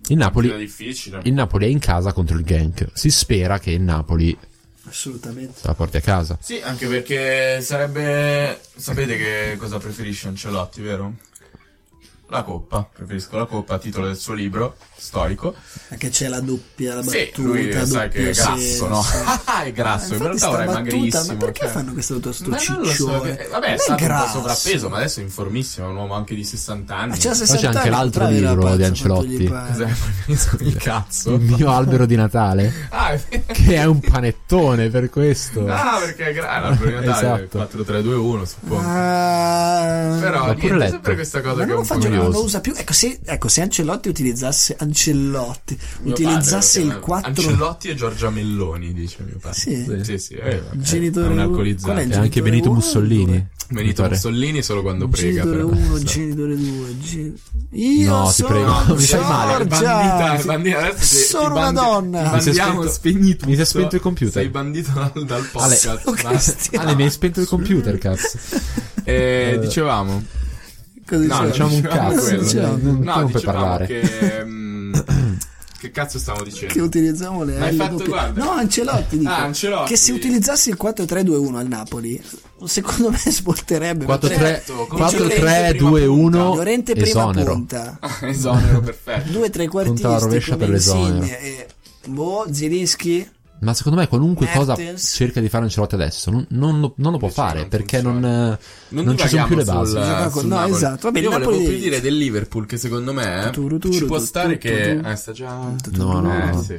Il È Napoli, difficile. il Napoli è in casa contro il Genk. Si spera che il Napoli Assolutamente. se la porti a casa. Sì, anche perché sarebbe... Sapete che cosa preferisce Ancelotti, vero? La Coppa. Preferisco la Coppa, titolo del suo libro, storico. Anche c'è la doppia, la Sì, battuta, lui sai doppio che è grasso, senso. no? Ah, [LAUGHS] è grasso, in infatti realtà sta ora è battuta, magrissimo. Ma perché cioè. fanno questo tutto sto Ma non lo so, ciccione? che- vabbè, Non è stato un po' grasso. sovrappeso, ma adesso è in formissimo, è un uomo anche di 60 anni. [LAUGHS] Ma c'ha 60 anche anni, l'altro potrà avere la libro panza di quanto gli Ancelotti. pare. Cos'è? Il cazzo. Mm. Il [LAUGHS] mio albero di Natale. Ah, [LAUGHS] è vero. che è un panettone per questo. Ah, perché è grano, il primo Natale, Esatto. 4 3 2 1, suppongo. Ah. Però l'ho pure niente, letto. sempre questa cosa che Ma è non lo un fa po' giocare, non noiosa. curioso. lo usa più. Ecco, se, ecco, se Ancelotti utilizzasse Ancelotti, Mio utilizzasse padre, il 4 Ancelotti e Giorgia Melloni, dice mio padre. Sì? sì, sì, sì, eh, vabbè, Genitore è un uno. Qual alcolizzato. è il e anche genitore Benito uno, Mussolini. due. Benito mi pare. Mussolini solo quando prega genitore però. 1, Sì. genitore 2, Io No, ti sono prego, [LAUGHS] No, mi fai male. Giorgia! Bandita, bandita, adesso ti- Sono ti bandi- una donna. ti Mi si è bandiamo, spento- spegni tutto. mi si è spento il computer. Sei bandito dal, dal Ale- [LAUGHS] podcast. Sono va. Cristiano. Ale, mi hai spento il computer, cazzo. Eh, dicevamo, Cosa No, dicevo? diciamo un dicevamo cazzo, quello. cioè, non- no, non puoi dicevamo parlare. Che, mm, che cazzo stavo dicendo? che utilizziamo le Ma hai ali fatto, doppie. guarda. No, Ancelotti dico, Ah, Ancelotti. che se utilizzasse il 4-3-2-1 al Napoli, secondo me [LAUGHS] svolterebbe 4-3, Certo, con 4-3-2-1. Llorente prima Esonero. punta, [LAUGHS] Ah. Esonero, perfetto. due trequartisti Punta alla rovescia come per l'esonero. Insigne e boh, Zielinski Ma secondo me qualunque cosa Mertens. cerca di fare Ancelotti adesso non, non lo, non lo può Invece fare non perché non, eh, funziona. non ci sono più le basi. divaghiamo sul- No, sul no, Napoli. esatto. Vabbè, il Io volevo Napoli- più dire del Liverpool che secondo me eh, Turu, turu, ci può turu, stare turu, che... turu. Eh, sta già... No, no, Eh, no. sì.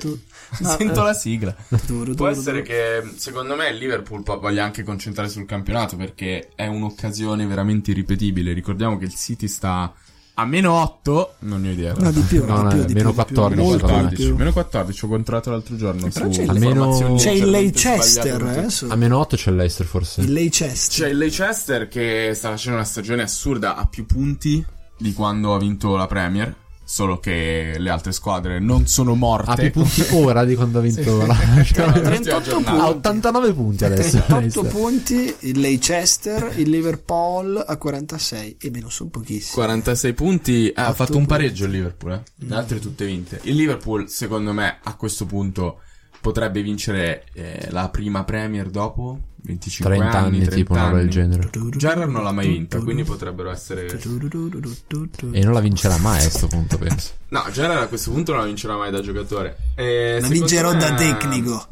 No, [LAUGHS] Sento eh. la sigla. [LAUGHS] Può essere che secondo me il Liverpool po- voglia anche concentrare sul campionato perché è un'occasione veramente irripetibile. Ricordiamo che il City sta a meno 8, non ne ho idea. No, di [LAUGHS] più, No, di no, più, eh, di meno più, di più, 14, molto di 14. più. Meno 14, ho controllato l'altro giorno. Eh, però c'è su il- Almeno- informazioni C'è il leggermente Leicester, sbagliate. eh, su- A meno 8 c'è l'Eister forse. il Leicester. C'è il Leicester che sta facendo una stagione assurda a più punti di quando ha vinto la Premier. solo che le altre squadre non sono morte. Ha più punti [LAUGHS] ora di quando ha vinto la Tutti 38 aggiornati. Ha punti. Ah, 89 punti adesso. [LAUGHS] 38 punti il Leicester, il Liverpool a 46 e meno sono pochissimi. 46 punti, eh, ha Otto fatto un punti. pareggio il Liverpool, eh. le altre tutte vinte. Il Liverpool, secondo me, a questo punto potrebbe vincere eh, la prima Premier dopo 25 30 anni, tipo una roba del genere. Gerrard non l'ha mai vinta, quindi potrebbero essere... E non la vincerà mai a questo punto, penso. No, Gerrard a questo punto non la vincerà mai da giocatore. Eh, La secondo vincerò me- da tecnico.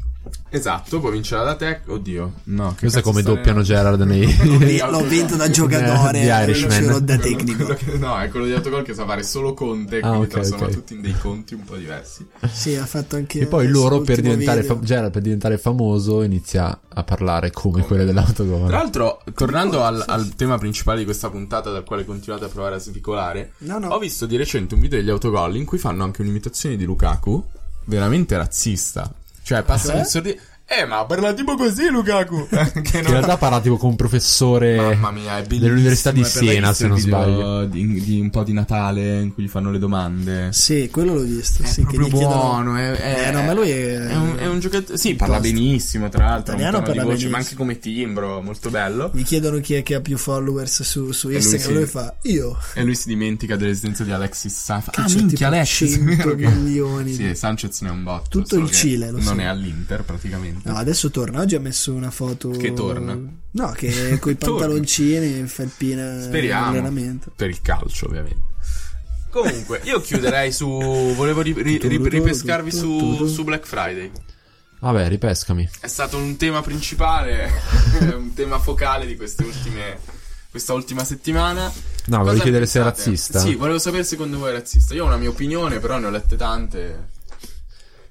Esatto, può vincere da tecnico. Oddio, no. Che Questo è cazzo come sta- doppiano Gerard nei... [LAUGHS] Vi- L'ho vinto da giocatore, Eh, Di la Irishman. vincerò da Quello- tecnico. quello [LAUGHS] che- no, è quello di autogol che sa fare solo Conte, Ah, quindi ok, trasforma ok. tutti in dei conti un po' diversi. Sì, ha fatto anche E poi adesso loro per l'ultimo diventare, video. fam- Gerard per diventare famoso inizia a parlare come quelle Tra dell'autogol. l'altro, tornando al, al tema principale di questa puntata, dal quale continuate a provare a svicolare, No, no. ho visto di recente un video degli autogol in cui fanno anche un'imitazione di Lukaku, veramente razzista. Cioè, passano il sorriso. Eh, ma parla tipo così, [LAUGHS] Lukaku! che In realtà parla tipo con un professore Mamma mia, è bellissimo. dell'Università di è per la Siena, se non Instagram video sbaglio. Di, di un po' di Natale in cui gli fanno le domande. Sì, quello l'ho visto. È sì, che proprio gli chiedono- buono. È, è- Eh, no, ma lui è- un, è un giocatore. Sì, parla benissimo, tra l'altro. ha un Italiano tono di parla voce, ma anche benissimo. Mm. come timbro, molto bello. Gli chiedono chi è che ha più followers su, su lui Instagram. sì. Lui, fa io. E lui si dimentica dell'esistenza di Alexis Ah, Safa. Che c'è tipo 100 milioni. Sì, Sanchez ne è un botto. Tutto solo il che Cile, lo Non so. è all'Inter, praticamente. No, adesso torna. Oggi ha messo una foto. Che torna? No, [LAUGHS] che coi Torna. pantaloncini, in felpina. in Speriamo. allenamento. Per il calcio, ovviamente. Comunque, [LAUGHS] io chiuderei su. Volevo ri- ri- ri- ripescarvi su, su Black Friday. Vabbè, ripescami. È stato un tema principale, [LAUGHS] un tema focale di queste ultime. Questa ultima settimana. No, Cosa volevo chiedere se è pensate? razzista. Sì, volevo sapere secondo voi è razzista. Io ho una mia opinione, però ne ho lette tante.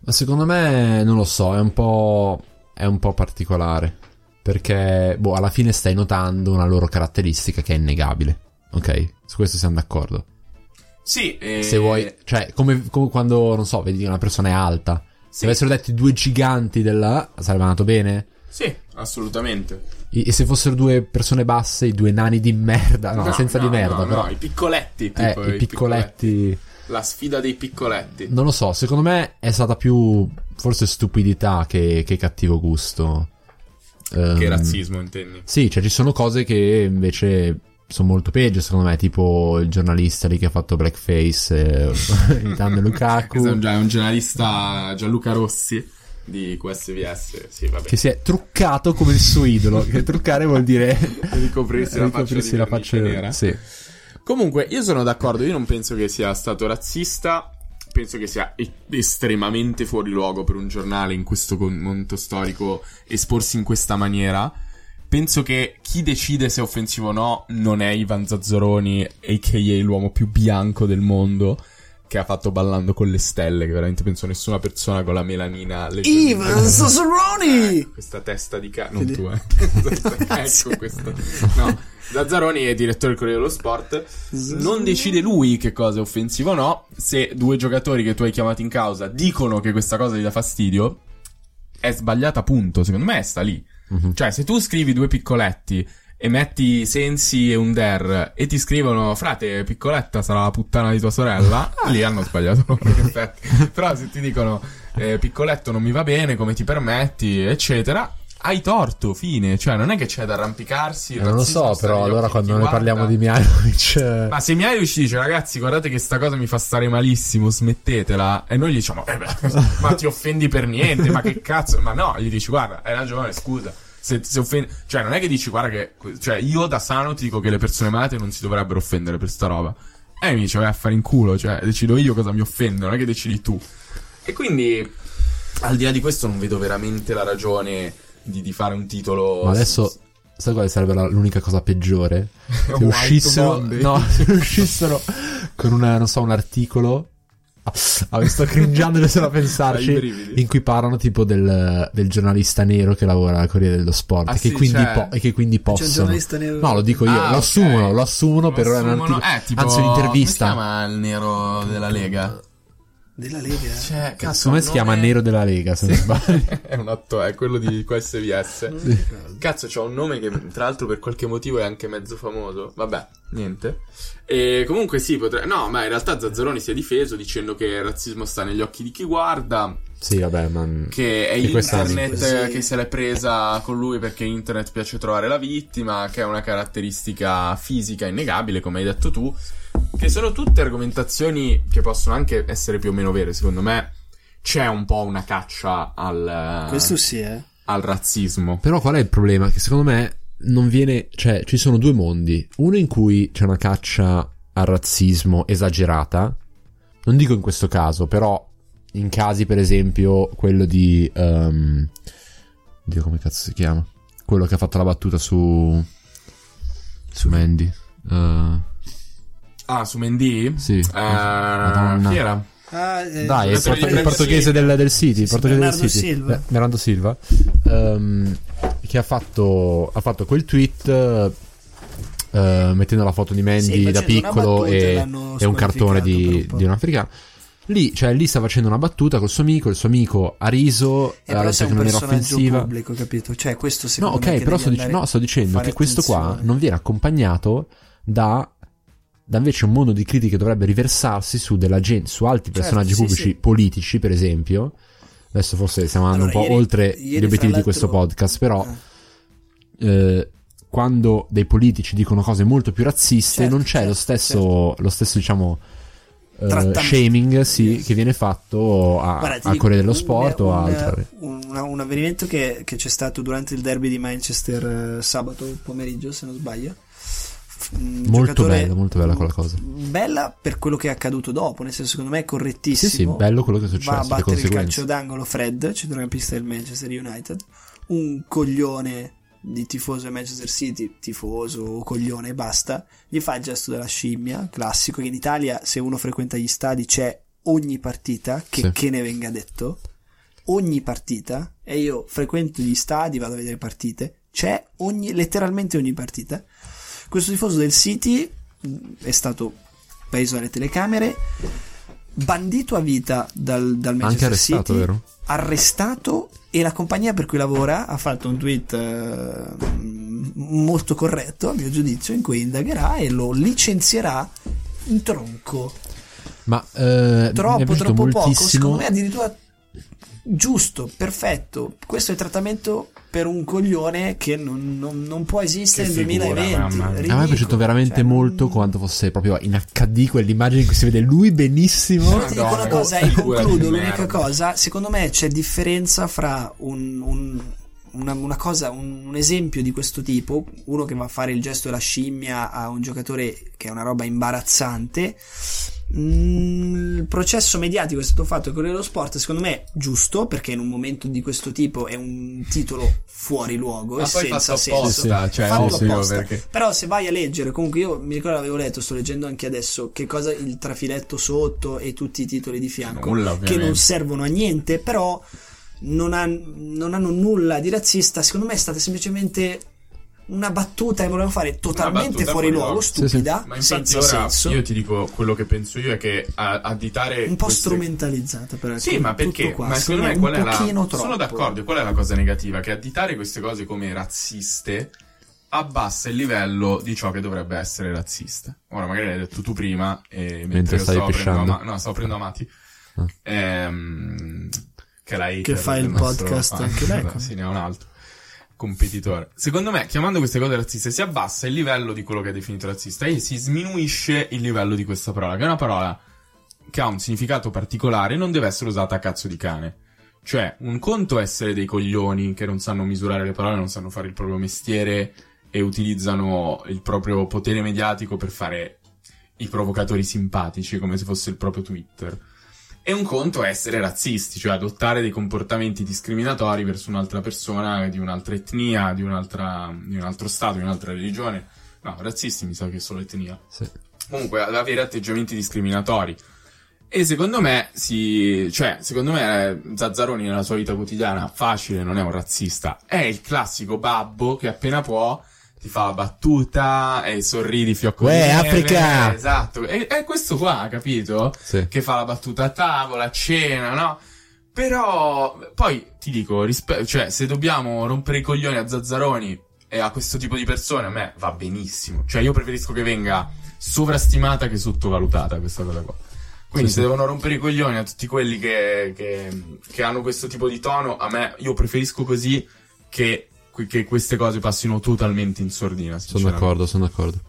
Ma secondo me, non lo so, è un po', è un po' particolare. Perché, boh, alla fine stai notando una loro caratteristica che è innegabile. Ok? Su questo siamo d'accordo. Sì, eh, Se vuoi, cioè, come, come quando, non so, vedi che una persona è alta. Se Sì. avessero detto i due giganti della... sarebbe andato bene? Sì, assolutamente. E, e se fossero due persone basse, i due nani di merda? Ah, No, No, senza no, di merda, no, però... no, i piccoletti, Eh, tipo, i piccoletti... La sfida dei piccoletti. Non lo so, secondo me è stata più forse stupidità che, che cattivo gusto. Che Ehm, razzismo, intendi. Sì, cioè ci sono cose che invece sono molto peggio, secondo me, tipo il giornalista lì che ha fatto blackface [LAUGHS] eh, imitando Lukaku. Questo è un, Esatto, già- è un giornalista Gianluca Rossi di QSVS. Sì, vabbè. Che si è truccato come il suo idolo. che truccare vuol dire [LAUGHS] Ricoprirsi la faccia ricoprirsi di la vernice faccia- nera. Sì. Comunque, io sono d'accordo, io non penso che sia stato razzista. Penso che sia e- estremamente fuori luogo per un giornale in questo con- momento storico esporsi in questa maniera. Penso che chi decide se è offensivo o no non è Ivan Zazzoroni, a.k.a. l'uomo più bianco del mondo, che ha fatto Ballando con le stelle, che veramente penso nessuna persona con la melanina leggendaria- Ivan Sossoroni! Eh, questa testa di cazzo. Non Che tu, di- eh. ecco questo. No, Zazzaroni è direttore del Corriere dello Sport. Non decide lui che cosa è offensivo o no. Se due giocatori che tu hai chiamato in causa dicono che questa cosa gli dà fastidio, è sbagliata, punto. Secondo me è sta lì. Mhm. Cioè, se tu scrivi due piccoletti e metti Sensi e un Der e ti scrivono frate piccoletta sarà la puttana di tua sorella Ah. lì hanno sbagliato loro, in effetti. [LAUGHS] però se ti dicono eh, piccoletto non mi va bene come ti permetti eccetera hai torto fine cioè non è che c'è da arrampicarsi il Eh, non lo razzismo so, sta però negli allora occhi di quando chi noi guarda. parliamo di Mianovic... eh, ma se mi hai ci dice ragazzi guardate che sta cosa mi fa stare malissimo smettetela e noi gli [LAUGHS] diciamo "Eh beh, ma ti offendi per niente ma che cazzo ma no gli dici guarda hai ragione scusa se, se offendi cioè non è che dici guarda che cioè io da sano ti dico che le persone malate non si dovrebbero offendere per sta roba e mi dice vai a fare in culo cioè decido io cosa mi offende non è che decidi tu e quindi al di là di questo non vedo veramente la ragione di, di fare un titolo Ma adesso, sai quale sarebbe la- l'unica cosa [LAUGHS] peggiore? Se White uscissero, Monday. no, [LAUGHS] se uscissero con una, non so, un articolo. Ah, ah, mi sto cringiando adesso da [LAUGHS] Hai i pensarci. brividi. In cui parlano tipo del, del giornalista nero che lavora al Corriere dello Sport. Ah, e, che sì, quindi cioè- po- e che quindi C'è un possono. giornalista nero. No, lo dico io. Ah, lo ok. assumono, lo assumono per ora. è un assumono- articolo- eh, tipo, anzi, come si un'intervista. chiama il nero della Lega? Della Lega? Cioè, cazzo, Come si non chiama è- Nero della Lega, se non sbaglio. [LAUGHS] È un attore, è quello di QSVS. Non mi ricordo. Cazzo, c'ha un nome che tra l'altro per qualche motivo è anche mezzo famoso. Vabbè, niente. E comunque sì, potrei... No, ma in realtà Zazzaroni si è difeso dicendo che il razzismo sta negli occhi di chi guarda, Sì, vabbè, ma... che è Che questa- internet Sì. che se l'è presa con lui perché internet piace trovare la vittima, che è una caratteristica fisica innegabile, come hai detto tu, che sono tutte argomentazioni che possono anche essere più o meno vere, secondo me. C'è un po' una caccia al, Questo sì, eh. al razzismo. Però qual è il problema? Che secondo me non viene... Cioè, ci sono due mondi. Uno in cui c'è una caccia al razzismo esagerata. Non dico in questo caso, però in casi, per esempio, quello di... ehm, Dio, come cazzo si chiama? Quello che ha fatto la battuta su... Su Mandy. Eh, Ah, su Mendy? sì. Eh, Madonna. chi era? Ah, eh, Dai, il, Una serie port- di il Bernardo portoghese del, del City, il Sì, sì, portoghese del Bernardo City, Silva. Be- Bernardo Silva, ehm, che ha fatto, ha fatto quel tweet eh, mettendo la foto di Mandy Sì, da facendo una piccolo battuta e e, l'hanno e un cartone squalificato di, per un po'. di un africano. Lì, cioè, lì sta facendo una battuta col suo amico, il suo amico ha riso, Eh, ha però detto sei Ah, che un non era personaggio offensiva. pubblico, capito? Cioè, questo No, secondo me ok, che però devi sto, dic- andare no, sto a dicendo fare che questo qua attenzione. non viene accompagnato da, da invece un mondo di critiche che dovrebbe riversarsi su, della gente, su altri Certo, personaggi sì, pubblici sì. politici, per esempio. Adesso forse stiamo andando Allora, un po' ieri- oltre ieri, gli fra obiettivi di questo l'altro- podcast, però Ah. eh, quando dei politici dicono cose molto più razziste Certo, non c'è certo, lo stesso, lo stesso diciamo, eh, Trattamento. shaming sì, Yes. che viene fatto a, Guarda, ti a dico, Corriere dello un- Sport o a un- altre. Un, un avvenimento che, che c'è stato durante il derby di Manchester eh, sabato pomeriggio, se non sbaglio. F- un Molto giocatore- bella, molto bella quella cosa. Bella per quello che è accaduto dopo, nel senso secondo me è Sì, correttissimo. sì, bello quello che è successo, Va a le battere il conseguenze. calcio d'angolo Fred, centrocampista del Manchester United. Un coglione di tifoso del Manchester City, tifoso o coglione e basta, gli fa il gesto della scimmia, classico, che in Italia se uno frequenta gli stadi c'è ogni partita, che, Sì. che ne venga detto, ogni partita, e io frequento gli stadi, vado a vedere partite, c'è ogni, letteralmente ogni partita. Questo tifoso del City mh, è stato preso alle telecamere, bandito a vita dal, dal Anche Manchester arrestato, City, vero? arrestato e la compagnia per cui lavora ha fatto un tweet eh, m- molto corretto a mio giudizio in cui indagherà e lo licenzierà in tronco Ma eh, mi è troppo piaciuto troppo poco moltissimo. secondo me addirittura giusto perfetto questo è il trattamento per un coglione che non, non- non può esistere Che nel figura, 2020 mamma a mia. me è piaciuto Ridicolo, veramente cioè, molto quanto fosse proprio in HD quell'immagine in cui si vede lui benissimo. Però ti dico una Madonna, cosa e figura di concludo. L'unica merda. cosa, secondo me c'è differenza fra un, un- una, una cosa, un, un esempio di questo tipo, uno che va a fare il gesto della scimmia a un giocatore che è una roba imbarazzante. Mm, Il processo mediatico è stato fatto con lo Sport, secondo me giusto, perché in un momento di questo tipo è un titolo fuori luogo Ma e poi senza fatto senso. apposta, cioè, Fatto sì, sì, apposta. perché- Però se vai a leggere, comunque io mi ricordo avevo letto, sto leggendo anche adesso, che cosa il trafiletto sotto e tutti i titoli di fianco, Nulla, che ovviamente. non servono a niente, però non, han- non hanno nulla di razzista, secondo me è stata semplicemente una battuta che volevano fare totalmente battuta fuori fuori luogo, luogo. sì. stupida, Ma infatti senza ora senso, io ti dico quello che penso io è che a- additare un po' queste- strumentalizzata però. ecco, Sì, ma perché? Tutto qua, ma secondo me un qual è la pochino troppo. Sono d'accordo, qual è la cosa negativa? Che additare queste cose come razziste abbassa il livello di ciò che dovrebbe essere razzista. Ora magari l'hai detto tu prima e mentre, stavi io stavo prendendo pisciando. ama- no, stavo prendendo Amati. Ah. Ehm, che la hater Che fa del il nostro- podcast ah, anche lei, no, come- Sì, ne ha un altro competitore. Secondo me, chiamando queste cose razziste, si abbassa il livello di quello che è definito razzista e si sminuisce il livello di questa parola, che è una parola che ha un significato particolare e non deve essere usata a cazzo di cane. Cioè, un conto è essere dei coglioni che non sanno misurare le parole, non sanno fare il proprio mestiere e utilizzano il proprio potere mediatico per fare i provocatori simpatici, come se fosse il proprio Twitter. E un conto è essere razzisti, cioè adottare dei comportamenti discriminatori verso un'altra persona di un'altra etnia, di, un'altra, di un altro stato, di un'altra religione. No, razzisti mi sa che è solo etnia. Sì. Comunque, ad avere atteggiamenti discriminatori. E secondo me, si, cioè, secondo me eh, Zazzaroni nella sua vita quotidiana facile non è un razzista, è il classico babbo che appena può ti fa la battuta e sorridi fiocco Uè, di neve, Africa! Esatto, è, è questo qua, capito? Sì. Che fa la battuta a tavola, a cena, no? Però poi ti dico, rispe- cioè, se dobbiamo rompere i coglioni a Zazzaroni e a questo tipo di persone, a me va benissimo. Cioè, io preferisco che venga sovrastimata che sottovalutata questa cosa qua. Quindi Sì, se sì. devono rompere i coglioni a tutti quelli che, che- che hanno questo tipo di tono, a me io preferisco così che, che queste cose passino totalmente in sordina. Sono sinceramente. d'accordo, sono d'accordo.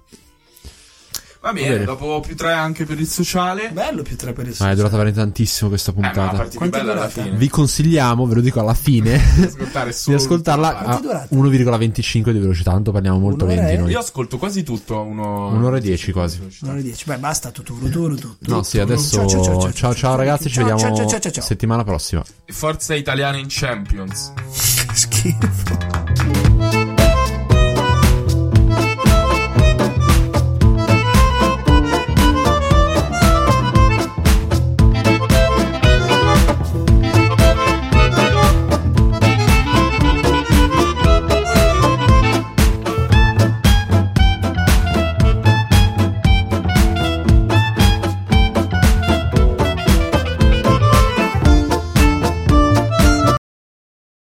Va bene, Va bene. dopo più tre anche per il sociale. Bello più tre per il Ma è sociale. durata veramente tantissimo questa eh, ma la puntata. partita è Quanto è bella alla durata? fine. Vi consigliamo, ve lo dico alla [LAUGHS] fine, ascoltare di solo ascoltarla l'ultima a è durata? 1,25 di velocità. Tanto parliamo molto lenti Un'ora è? parte. noi. Io ascolto quasi tutto a uno... Un'ora e dieci quasi. Un'ora e dieci. Beh, basta, tuturo, tuturo, tutto. No, sì, adesso. Ciao, ciao, ragazzi, ci Ciao, vediamo Ciao, ciao, ciao, ciao. settimana prossima. [LAUGHS] Forza italiana in Champions. Schifo.